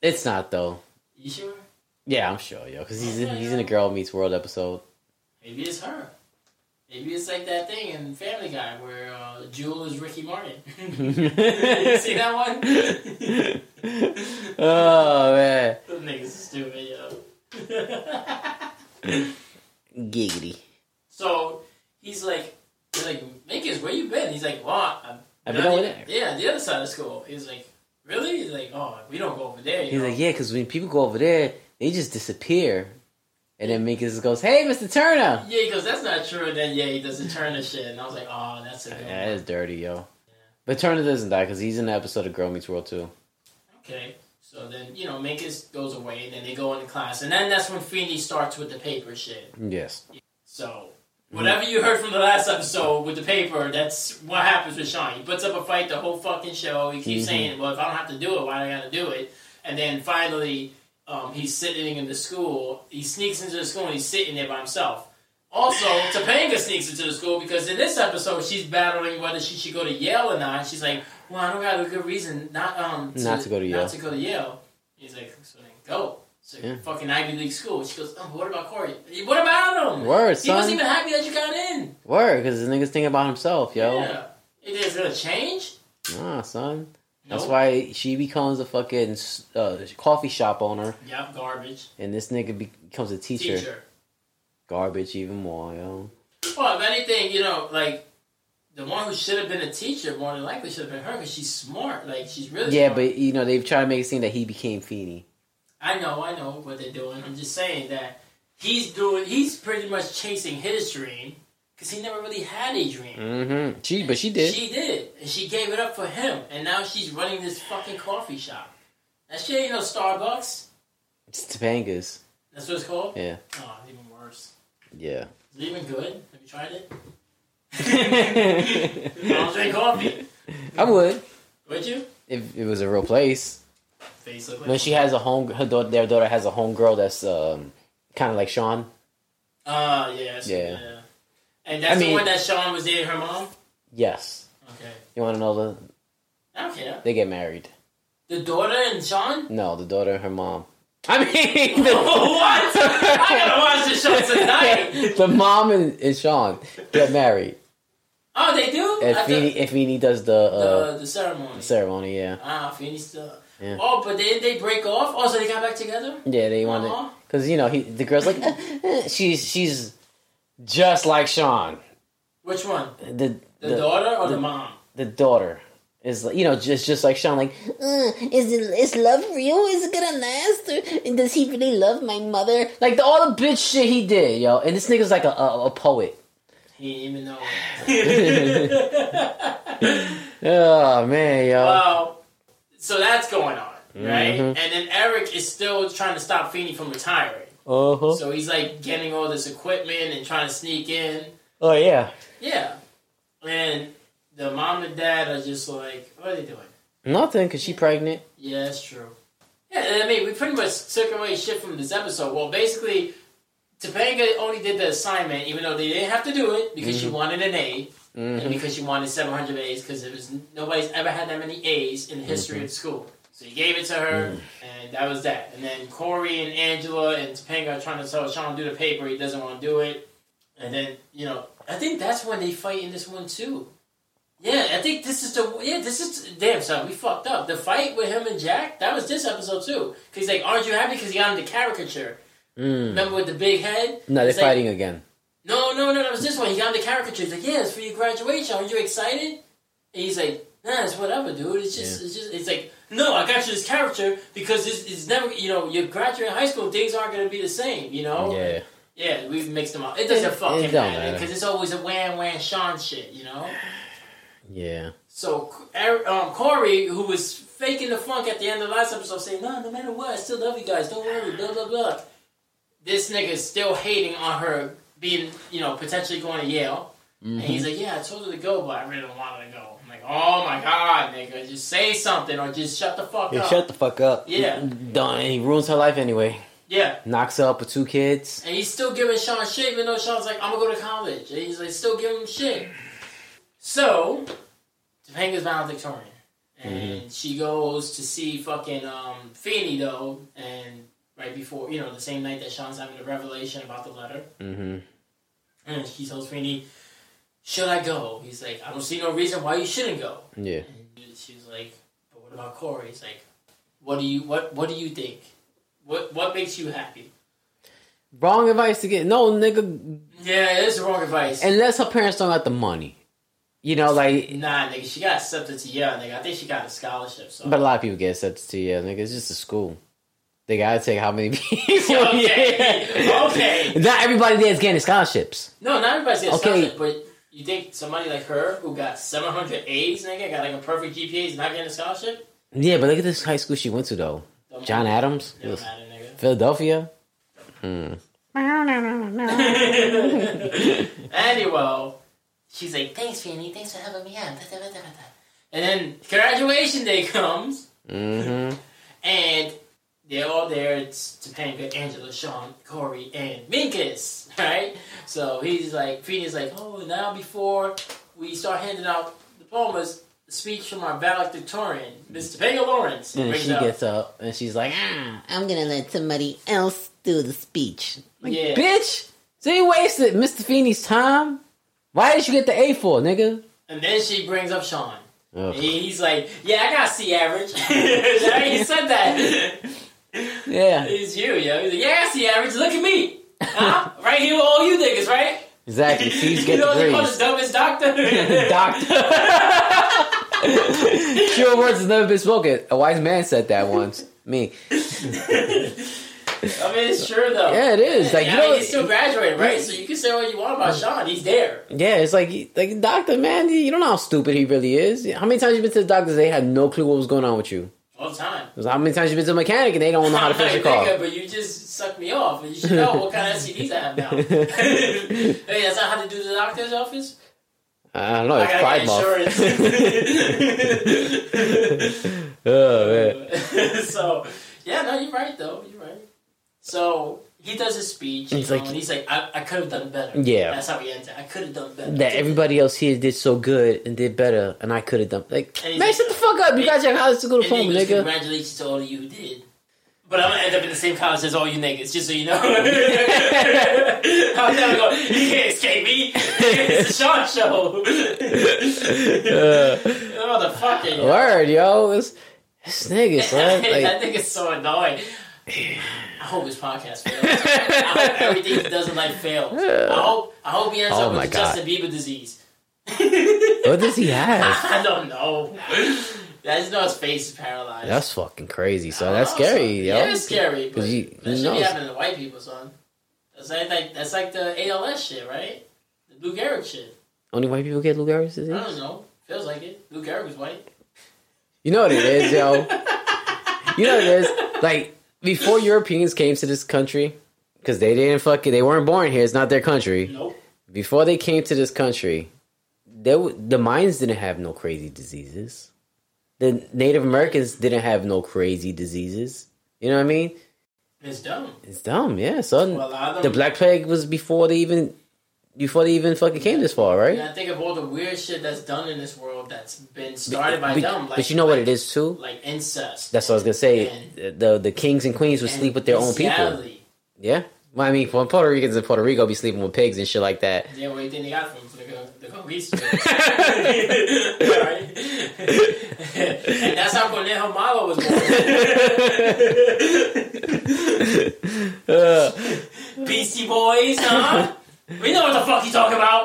S1: It's not though.
S2: You sure?
S1: Yeah, I'm sure, yo, because he's in, he's in a Girl Meets World episode. (laughs)
S2: Maybe it's her. Maybe it's like that thing in Family Guy where uh, Jewel is Ricky Martin. (laughs) you see that
S1: (laughs)
S2: one? (laughs)
S1: oh man,
S2: Those niggas are stupid, yo. (laughs)
S1: giggity.
S2: so he's like, he's like, Minkus, where you been? He's like, well, I've
S1: I've been over there.
S2: Yeah, the other side of school. He's like, really? He's like, oh, we don't go over there. You
S1: He's
S2: know?
S1: like, yeah, because when people go over there, they just disappear, and then Minkus goes, hey, Mister Turner.
S2: Yeah, he goes, that's not true. And then, yeah, he does the turn and shit. And I was like, oh, that's a good
S1: Yeah,
S2: one.
S1: that is dirty, yo. But Turner doesn't die because he's in the episode of Girl Meets World too.
S2: Okay. So then, you know, Minkus goes away, and then they go into class. And then that's when Feeny starts with the paper shit.
S1: Yes.
S2: So,
S1: Mm-hmm.
S2: whatever you heard from the last episode with the paper, that's what happens with Sean. He puts up a fight the whole fucking show. He keeps
S1: Mhm.
S2: saying, well, if I don't have to do it, why do I gotta do it? And then finally, um, he's sitting in the school. He sneaks into the school, and he's sitting there by himself. Also, Topanga sneaks into the school because in this episode she's battling whether she should go to Yale or not. She's like, "Well, I don't got a good reason not um
S1: Not to go to Yale."
S2: Not to go to Yale." He's like, "So then go." So
S1: Yeah.
S2: fucking Ivy League school. She goes, "Oh, what about Corey? What about him?
S1: Word,
S2: he wasn't
S1: son.
S2: even happy that you got in.
S1: Word, because this nigga's thinking about himself, yo.
S2: Yeah, it is gonna change.
S1: Nah, son. That's
S2: Nope.
S1: why she becomes a fucking uh, coffee shop owner,
S2: Yep, garbage
S1: and this nigga be- becomes a teacher.
S2: teacher.
S1: Garbage even more, yo.
S2: Well, if anything, you know, like the one who should have been a teacher more than likely should have been her because she's smart. Like she's really
S1: Yeah,
S2: smart.
S1: but you know they've tried to make it seem that he became Feeny.
S2: I know, I know what they're doing. I'm just saying that he's doing. He's pretty much chasing his dream because he never really had a dream.
S1: Mm-hmm. She, but she did.
S2: She did, and she gave it up for him, and now she's running this fucking coffee shop. That shit ain't no Starbucks.
S1: It's Topanga's.
S2: That's what it's called.
S1: Yeah,
S2: Oh, it's even worse.
S1: yeah.
S2: Is it even good? Have you tried
S1: (laughs)
S2: it? I don't drink
S1: I
S2: coffee.
S1: would
S2: Would you?
S1: if it was a real place.
S2: Face look like.
S1: When she has a home, her daughter, their daughter has a home girl that's um, kind of like Sean.
S2: Ah, yes.
S1: Yeah.
S2: Yeah. And that's
S1: I
S2: the
S1: mean-
S2: one that Sean was dating her mom.
S1: Yes,
S2: Okay.
S1: you want to know the?
S2: I don't care.
S1: They get married.
S2: The daughter and
S1: (laughs)
S2: Sean. (laughs)
S1: No, the daughter and her mom. I mean, (laughs) the,
S2: what? I gotta watch this show tonight.
S1: (laughs) the mom and, and Sean get married.
S2: Oh, they do.
S1: And
S2: I
S1: Feeny,
S2: thought-
S1: and Feeny does the, uh,
S2: the, the ceremony.
S1: ceremony. Yeah,
S2: ah, Phoenix still.
S1: Yeah.
S2: Oh, but they they break off. Oh, so they got back together.
S1: yeah. They want
S2: Uh-huh.
S1: to because you know he, the girl's like "Uh, uh," she's she's just like Sean.
S2: Which one?
S1: The
S2: The, daughter or the, mom?
S1: the daughter is like you know just just like Sean like uh, is it is love real is it gonna last or does he really love my mother like the, all the bitch shit he did yo and this nigga's like a a, a poet
S2: He didn't even
S1: (laughs)
S2: know.
S1: oh man yo
S2: Well, so that's going on, right? And
S1: Mhm.
S2: then Eric is still trying to stop Feeny from retiring.
S1: uh-huh.
S2: So he's like getting all this equipment and trying to sneak in.
S1: oh yeah
S2: Yeah. And the mom and dad are just like, what are they doing?
S1: nothing cause she pregnant
S2: Yeah, that's true. Yeah, I mean, we pretty much took away shit from this episode. Well, basically, Topanga only did the assignment, even though they didn't have to do it because she wanted an A and
S1: hmm
S2: because she wanted 700 A's because it was nobody's ever had that many A's in the history of the school. So he gave it to her, and that was that. And then Corey and Angela and Topanga are trying to tell Sean do the paper. He doesn't want to do it. And then you know, I think that's when they fight in this one too. Yeah, I think this is the yeah. This is damn son. We fucked up. The fight with him and Jack that was this episode too. Cause he's like, aren't you happy? Cause he got him the caricature.
S1: mm.
S2: Remember with the big head?
S1: no they're
S2: It's like-
S1: fighting again
S2: no, no, no, that was this one. He got him the caricature. He's like, yeah, it's for your graduation. Are you excited? And he's like, nah, it's whatever, dude. It's just, it's just, it's like, no, I got you this caricature because this is never, you know, you're graduating high school. Things aren't going to be the same, you know?
S1: yeah
S2: Yeah, we mixed them up. It doesn't fucking
S1: don't
S2: matter
S1: matter.
S2: because it's always a Wham Wham Sean shit, you know.
S1: Yeah.
S2: So Er- um, Corey, who was faking the funk at the end of the last episode, saying, "No, no matter what, I still love you guys. Don't worry." Blah blah blah. This nigga's still hating on her being, you know, potentially going to Yale, and
S1: Mm-hmm.
S2: he's like, "Yeah, I told her to go, but I really don't want her to go." I'm like, "Oh my god, nigga, just say something or just shut the fuck
S1: Yeah,
S2: up."
S1: shut the fuck up.
S2: Yeah.
S1: Done. And he ruins her life anyway.
S2: yeah.
S1: Knocks her up with two kids.
S2: And he's still giving Sean shit, even though Sean's like, I'm gonna go to college. And he's like, still giving him shit. So, Topanga's valedictorian. And she goes to see fucking um, Feeny, though, and right before, you know, the same night that Sean's having the revelation about the letter.
S1: Mm-hmm.
S2: And she tells Feeny, Should I go? He's like, I don't see no reason why you shouldn't go.
S1: Yeah.
S2: And she's like, "But what about Corey?" He's like, "What do you what What do you think? What What makes you happy?"
S1: Wrong advice to get. No, nigga.
S2: Yeah, it's the wrong advice.
S1: Unless her parents don't got the money. You know, like.
S2: Nah, nigga, she got accepted to Yale, nigga. I think she got a scholarship. So
S1: But a lot of people get accepted to yeah, nigga. It's just a school. They gotta take how many (laughs) people.
S2: okay,
S1: Yeah.
S2: okay.
S1: Not everybody there is getting scholarships.
S2: No, not everybody's getting
S1: Okay.
S2: scholarship, but you think somebody like her who got seven hundred A's, nigga, got like a perfect GPA, is not getting a scholarship?
S1: Yeah, but look at this high school she went to though.
S2: Don't
S1: John
S2: matter.
S1: Adams,
S2: Don't matter, nigga.
S1: Philadelphia. Hmm.
S2: (laughs)
S1: (laughs)
S2: anyway, she's like, "Thanks, Fanny. Thanks for helping me out." Da, da, da, da, da. And then graduation day comes,
S1: Mm-hmm.
S2: and they're all there. It's Topanga, Angela, Sean, Corey, and Minkus, (laughs) right? So he's like, Feeny's like, oh, now before we start handing out diplomas, a speech from our valedictorian, Miss Topanga Lawrence.
S1: Then
S2: brings
S1: she
S2: up.
S1: gets up and she's like, ah,
S3: I'm gonna let somebody else do the speech.
S1: like,
S2: Yeah.
S1: bitch. So you wasted Mr. Feeney's time. Why did you get the A for, nigga?
S2: and then she brings up Sean.
S1: Ugh.
S2: And he's like, yeah, I got C average. (laughs) Now you said
S1: (laughs)
S2: that.
S1: Yeah,
S2: It's you, yo. He's like, yeah, I got C average. Look at me. Huh? right here with all you niggas, right?
S1: (laughs) exactly.
S2: (laughs)
S1: She's
S2: you
S1: getting
S2: know what they call the
S1: degrees.
S2: dumbest doctor?
S1: (laughs) Doctor. Sure words has never been spoken. A wise man said that once. Me.
S2: (laughs) I mean, it's true though.
S1: Yeah, it is. Like,
S2: Yeah,
S1: you
S2: I mean,
S1: know-
S2: he's still graduating, right? So you can say what you want about Sean. He's there.
S1: Yeah, it's like like doctor man, you don't know how stupid he really is. How many times you been to the doctors? They had no clue what was going on with you.
S2: All the time.
S1: It's like, How many times you been to a mechanic and they don't know how
S2: (laughs)
S1: to fix your
S2: Nigga,
S1: car?
S2: But you just sucked me off. You should know what kind of CDs I
S1: (laughs)
S2: have now. (laughs) hey, that's not how to do the doctor's office?
S1: I don't know.
S2: I
S1: Oh, It's
S2: gotta
S1: Pride
S2: get
S1: (laughs)
S2: insurance.
S1: Month. (laughs)
S2: (laughs)
S1: oh man.
S2: so, yeah, no, you're right, though. You're right. So, he does his speech, you
S1: He's
S2: know,
S1: like-
S2: and he's like, I, I could have done better.
S1: Yeah.
S2: That's how he ends it. I could have done better.
S1: That everybody else here did so good and did better, and I could have done like
S2: And he's
S1: man,
S2: like-
S1: shut the fuck up. You got your college school
S2: And
S1: diploma,
S2: he goes,
S1: (laughs) nigga.
S2: Congratulations to all of you who did. But I'm gonna end up in the same college as all you niggas, just so
S1: (laughs)
S2: you know. (laughs) I'm never going. You can't escape me. It's a Sean show. (laughs) Motherfucker. yo.
S1: Uh, Word, yo, this this
S2: (laughs)
S1: nigga, son.
S2: that
S1: Like,
S2: nigga's so annoying. I hope his podcast fails. I hope everything he does in life fails. I hope I hope he ends
S1: Oh
S2: up
S1: my
S2: with
S1: God.
S2: Justin Bieber disease.
S1: what
S2: (laughs)
S1: does he have?
S2: I don't know. I just know his face is paralyzed.
S1: That's fucking crazy. So
S2: I
S1: that's
S2: don't know,
S1: scary,
S2: son.
S1: yo.
S2: Yeah, it's scary. But
S1: 'Cause you-
S2: that
S1: who
S2: should be
S1: knows?
S2: happening to white people, son. That's like, like that's like the ALS shit, right? The Lou Gehrig shit.
S1: Only white people get Lou Gehrig's
S2: I
S1: disease.
S2: don't know. Feels like it. Lou Gehrig was white.
S1: You know what it is, yo. you know what it is. Like before Europeans came to this country, because they didn't fuck it, they weren't born here. It's not their country.
S2: Nope.
S1: Before they came to this country, they w- the mines didn't have no crazy diseases. The Native Americans didn't have no crazy diseases. You know what I mean?
S2: It's dumb.
S1: It's dumb, yeah. Son,
S2: Well, a lot of
S1: the
S2: them.
S1: Black Plague was before they even before they even fucking came this far, right?
S2: and I think of all the weird shit that's done in this world that's been started by
S1: Be-
S2: dumb, like
S1: but you know what
S2: like,
S1: it is too.
S2: like incest.
S1: That's what I was gonna say. the the kings and queens would
S2: and
S1: sleep with their own people.
S2: bestiality.
S1: Yeah. Well, I mean, when Puerto Ricans in Puerto Rico be sleeping with pigs and shit
S2: (laughs)
S1: like that.
S2: Yeah, where you think they got it from? From The, co- the
S1: (laughs)
S2: conquistadors. right? (laughs) and that's how Cornejo Malo was
S1: (laughs)
S2: born.
S1: Uh,
S2: Beastie Boys, huh? We know what the fuck you talking about.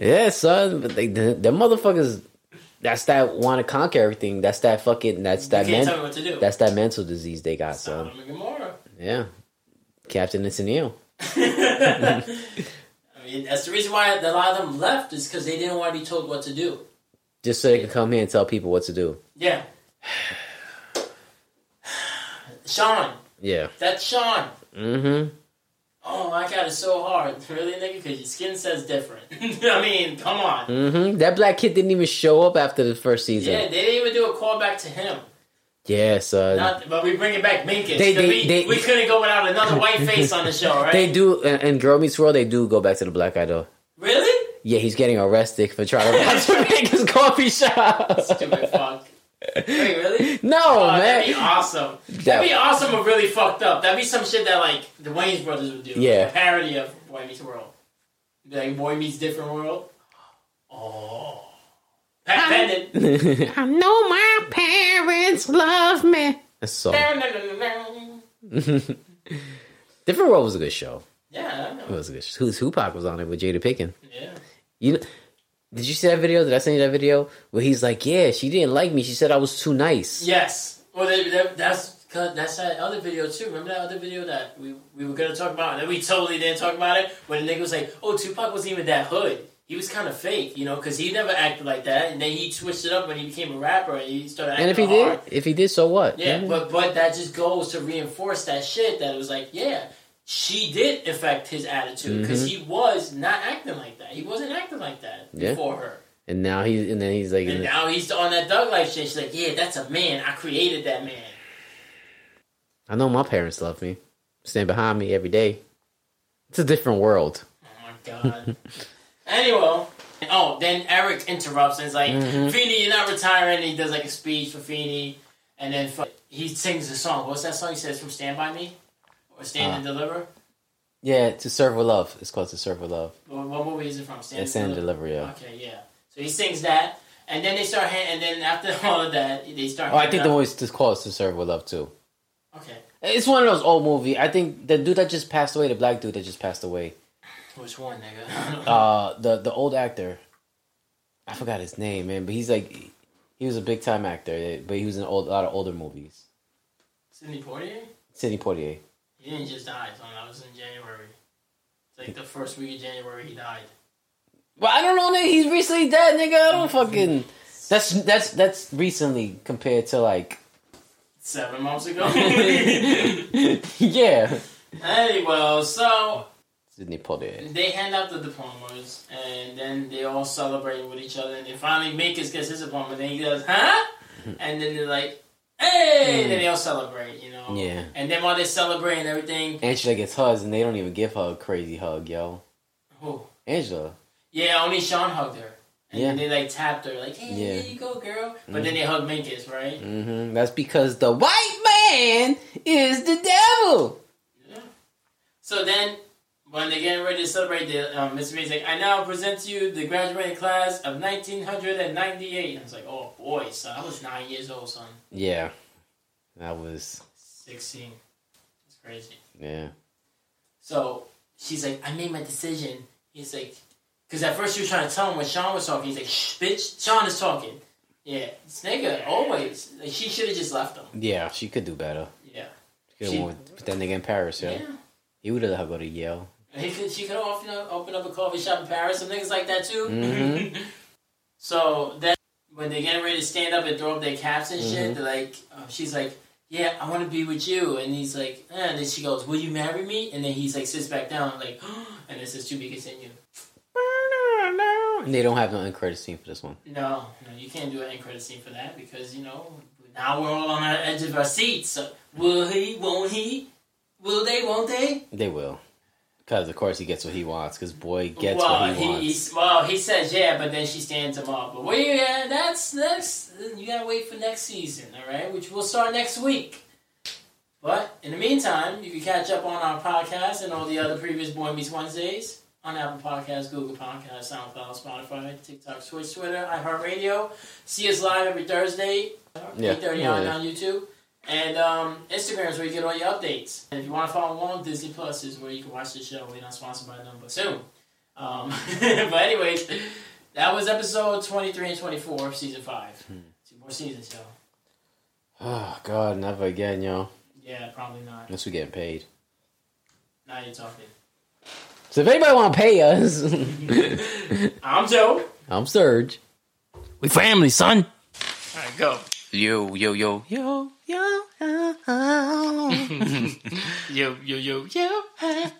S1: Yeah, son. But they, the, the motherfuckers, that's that want to conquer everything. That's that fucking, that's um, that
S2: you can't tell me
S1: men,
S2: what to do. (laughs)
S1: that's that mental disease they got, son.
S2: Sodom and Gomorrah.
S1: Yeah. Captain and Tennille.
S2: I mean, that's the reason why a lot of them left is because they didn't want to be told what to do.
S1: Just so they could come here and tell people what to do.
S2: Yeah. Sean,
S1: Yeah.
S2: that's Sean.
S1: Mm-hmm.
S2: Oh, I got it so hard. (laughs) Really, nigga? Because your skin says different. (laughs) I mean, come on.
S1: Mm-hmm. That black kid didn't even show up after the first season.
S2: Yeah,
S1: Yeah,
S2: they didn't even do a callback to him.
S1: son.
S2: Not, but we bring it back, Minkus.
S1: They-
S2: 'cause
S1: they-
S2: we,
S1: they-
S2: we couldn't go without another white face on the
S1: (laughs)
S2: show, right?
S1: They do, in in Girl Meets World, they do go back to the black guy though.
S2: really?
S1: Yeah, he's getting arrested for trying to (laughs) rob Jamaica's coffee shop.
S2: Stupid fuck. Wait, really?
S1: No,
S2: Oh,
S1: man.
S2: that'd be awesome. That'd be awesome, but really fucked up. That'd be some shit that like the Wayne's brothers would do.
S1: Yeah.
S2: a parody of Boy Meets World. Like Boy Meets Different World. Oh,
S1: (laughs)
S2: Pat Bennett.
S3: I know my parents love me.
S1: That's so. (laughs) Different World was a good show.
S2: (laughs) Yeah, I
S1: It
S2: know.
S1: was a good show. Who's Tupac was on it with Jada Pinkett.
S2: Yeah.
S1: You know, did you see that video? Did I send you that video where he's like, "Yeah, she didn't like me. She said I was too nice."
S2: Yes. Well, they, they, that's 'cause that's that other video too. Remember that other video that we, we were gonna talk about, and then we totally didn't talk about it. When the nigga was like, "Oh, Tupac wasn't even that hood. He was kind of fake, you know, because he never acted like that." And then he switched it up when he became a rapper, and he started. Acting
S1: And if he
S2: hard.
S1: did, if he did, so what?
S2: Oh.
S1: Mm-hmm.
S2: yeah, but but that just goes to reinforce that shit that it was like, yeah, she did affect his attitude because he was not acting like that. He wasn't acting like that
S1: Mm-hmm. Yeah.
S2: before her.
S1: and now he's and then he's like,
S2: And now he's on that Doug Life shit. She's like, yeah, that's a man. I created that man.
S1: "I know my parents love me. Stand behind me every day." It's a different world.
S2: Oh my god. anyway. Oh, then Eric interrupts and is like,
S1: Mm-hmm.
S2: Feeney, you're not retiring. And he does like a speech for Feeney. And then fu- he sings a song. What's that song he says from Stand By Me? Or
S1: Ah.
S2: Stand and Deliver?
S1: Yeah, to serve with love. It's called to serve with love.
S2: What, what movie is it from? Stand
S1: It's in
S2: Deliver?
S1: delivery. Yeah.
S2: Okay, yeah. So he sings that. And then they start, hand- and then after (laughs) all of that, they start.
S1: Oh, I
S2: hanging
S1: think the
S2: out.
S1: one is called to serve with love too.
S2: Okay.
S1: It's one of those old movie. I think the dude that just passed away, the black dude that just passed away,
S2: Which one, (laughs) nigga?
S1: uh, the the old actor, I forgot his name, man, but he's like, he was a big time actor, eh, but he was in old, a lot of older movies.
S2: Sidney Poitier?
S1: Sidney Poitier.
S2: He didn't just die, son. That was in January. It's like the first week of January he died.
S1: But I don't know, nigga. He's recently dead, nigga. I don't fucking. That's that's that's recently compared to like,
S2: Seven months
S1: (laughs)
S2: ago. (laughs)
S1: yeah,
S2: hey, well, so
S1: Sidney Poitier.
S2: they hand out the diplomas, and then they all celebrate with each other, and then finally Makers gets his diploma, and then he goes, huh?
S1: Hmm.
S2: And then they're like, hey! And then they all celebrate, you know?
S1: Yeah.
S2: And then while they're celebrating everything,
S1: Angela gets hugs, and they don't even give her a crazy hug, yo.
S2: oh,
S1: Angela.
S2: yeah, only Sean hugged her. And then
S1: Yeah.
S2: they like tapped her, like, hey,
S1: Yeah.
S2: there you go, girl. But then they hugged Minkus, right?
S1: hmm That's because the white man is the devil.
S2: So then, when they're getting ready to celebrate, the um, Mr. May's like, "I now present to you the graduating class of 1998." I was like, "Oh boy, son, I was nine years old, son,
S1: Yeah, that was
S2: 16. It's crazy."
S1: yeah.
S2: So she's like, "I made my decision." He's like, "Cause at first she was trying to tell him when Sean was talking." He's like, "Shh, bitch, Sean is talking." Yeah, this nigga always. Like, she should have just left him.
S1: Yeah, she could do better.
S2: Yeah.
S1: She could
S2: She-
S1: have went- put that nigga in Paris, yo.
S2: Yeah.
S1: He would have let her go to Yale.
S2: He could, she could open up, open up a coffee shop in Paris and things like that too.
S1: Mhm.
S2: (laughs) so then, when they're getting ready to stand up and throw up their caps and shit, they're like, uh, she's like, "Yeah, I want to be with you," and he's like, eh. and then she goes, "Will you marry me?" And then he's like, sits back down, like, (gasps) and this is to be continued.
S1: And they don't have no end credit scene for this one.
S2: No, no, you can't do an end credit scene for that because you know now we're all on the edge of our seats. So, will he? Won't he? Will they? Won't they?
S1: They will, because of course he gets what he wants. Because boy gets
S2: well,
S1: what he, wants. (sighs)
S2: he's- well, he says yeah, but then she stands him up. But wait, yeah, that's that's you gotta wait for next season, all right? Which will start next week. But in the meantime, you can catch up on our podcast and all the other previous Boy Meets Wednesdays on Apple Podcasts, Google Podcasts, SoundCloud, Spotify, TikTok, Twitch, Twitter, iHeartRadio. See us live every Thursday,
S1: Yeah.
S2: eight thirty on,
S1: Yeah.
S2: on YouTube. And um, Instagram is where you get all your updates. And if you want to follow along, Disney Plus is where you can watch the show. We're not sponsored by them, but soon. Um, (laughs) but anyways, that was episode 23 and 24 of season 5.
S1: Hmm.
S2: Two more seasons, yo.
S1: Oh God, never again, yo.
S2: Yeah, probably not.
S1: Unless we getting paid.
S2: Now you're talking.
S1: So if anybody want to pay us, (laughs)
S2: I'm Joe.
S1: I'm Serge.
S2: We family, son. All right, go.
S4: Yo, yo, yo, yo, yo, yo,
S2: Yo, yo, yo, yo.
S4: yo.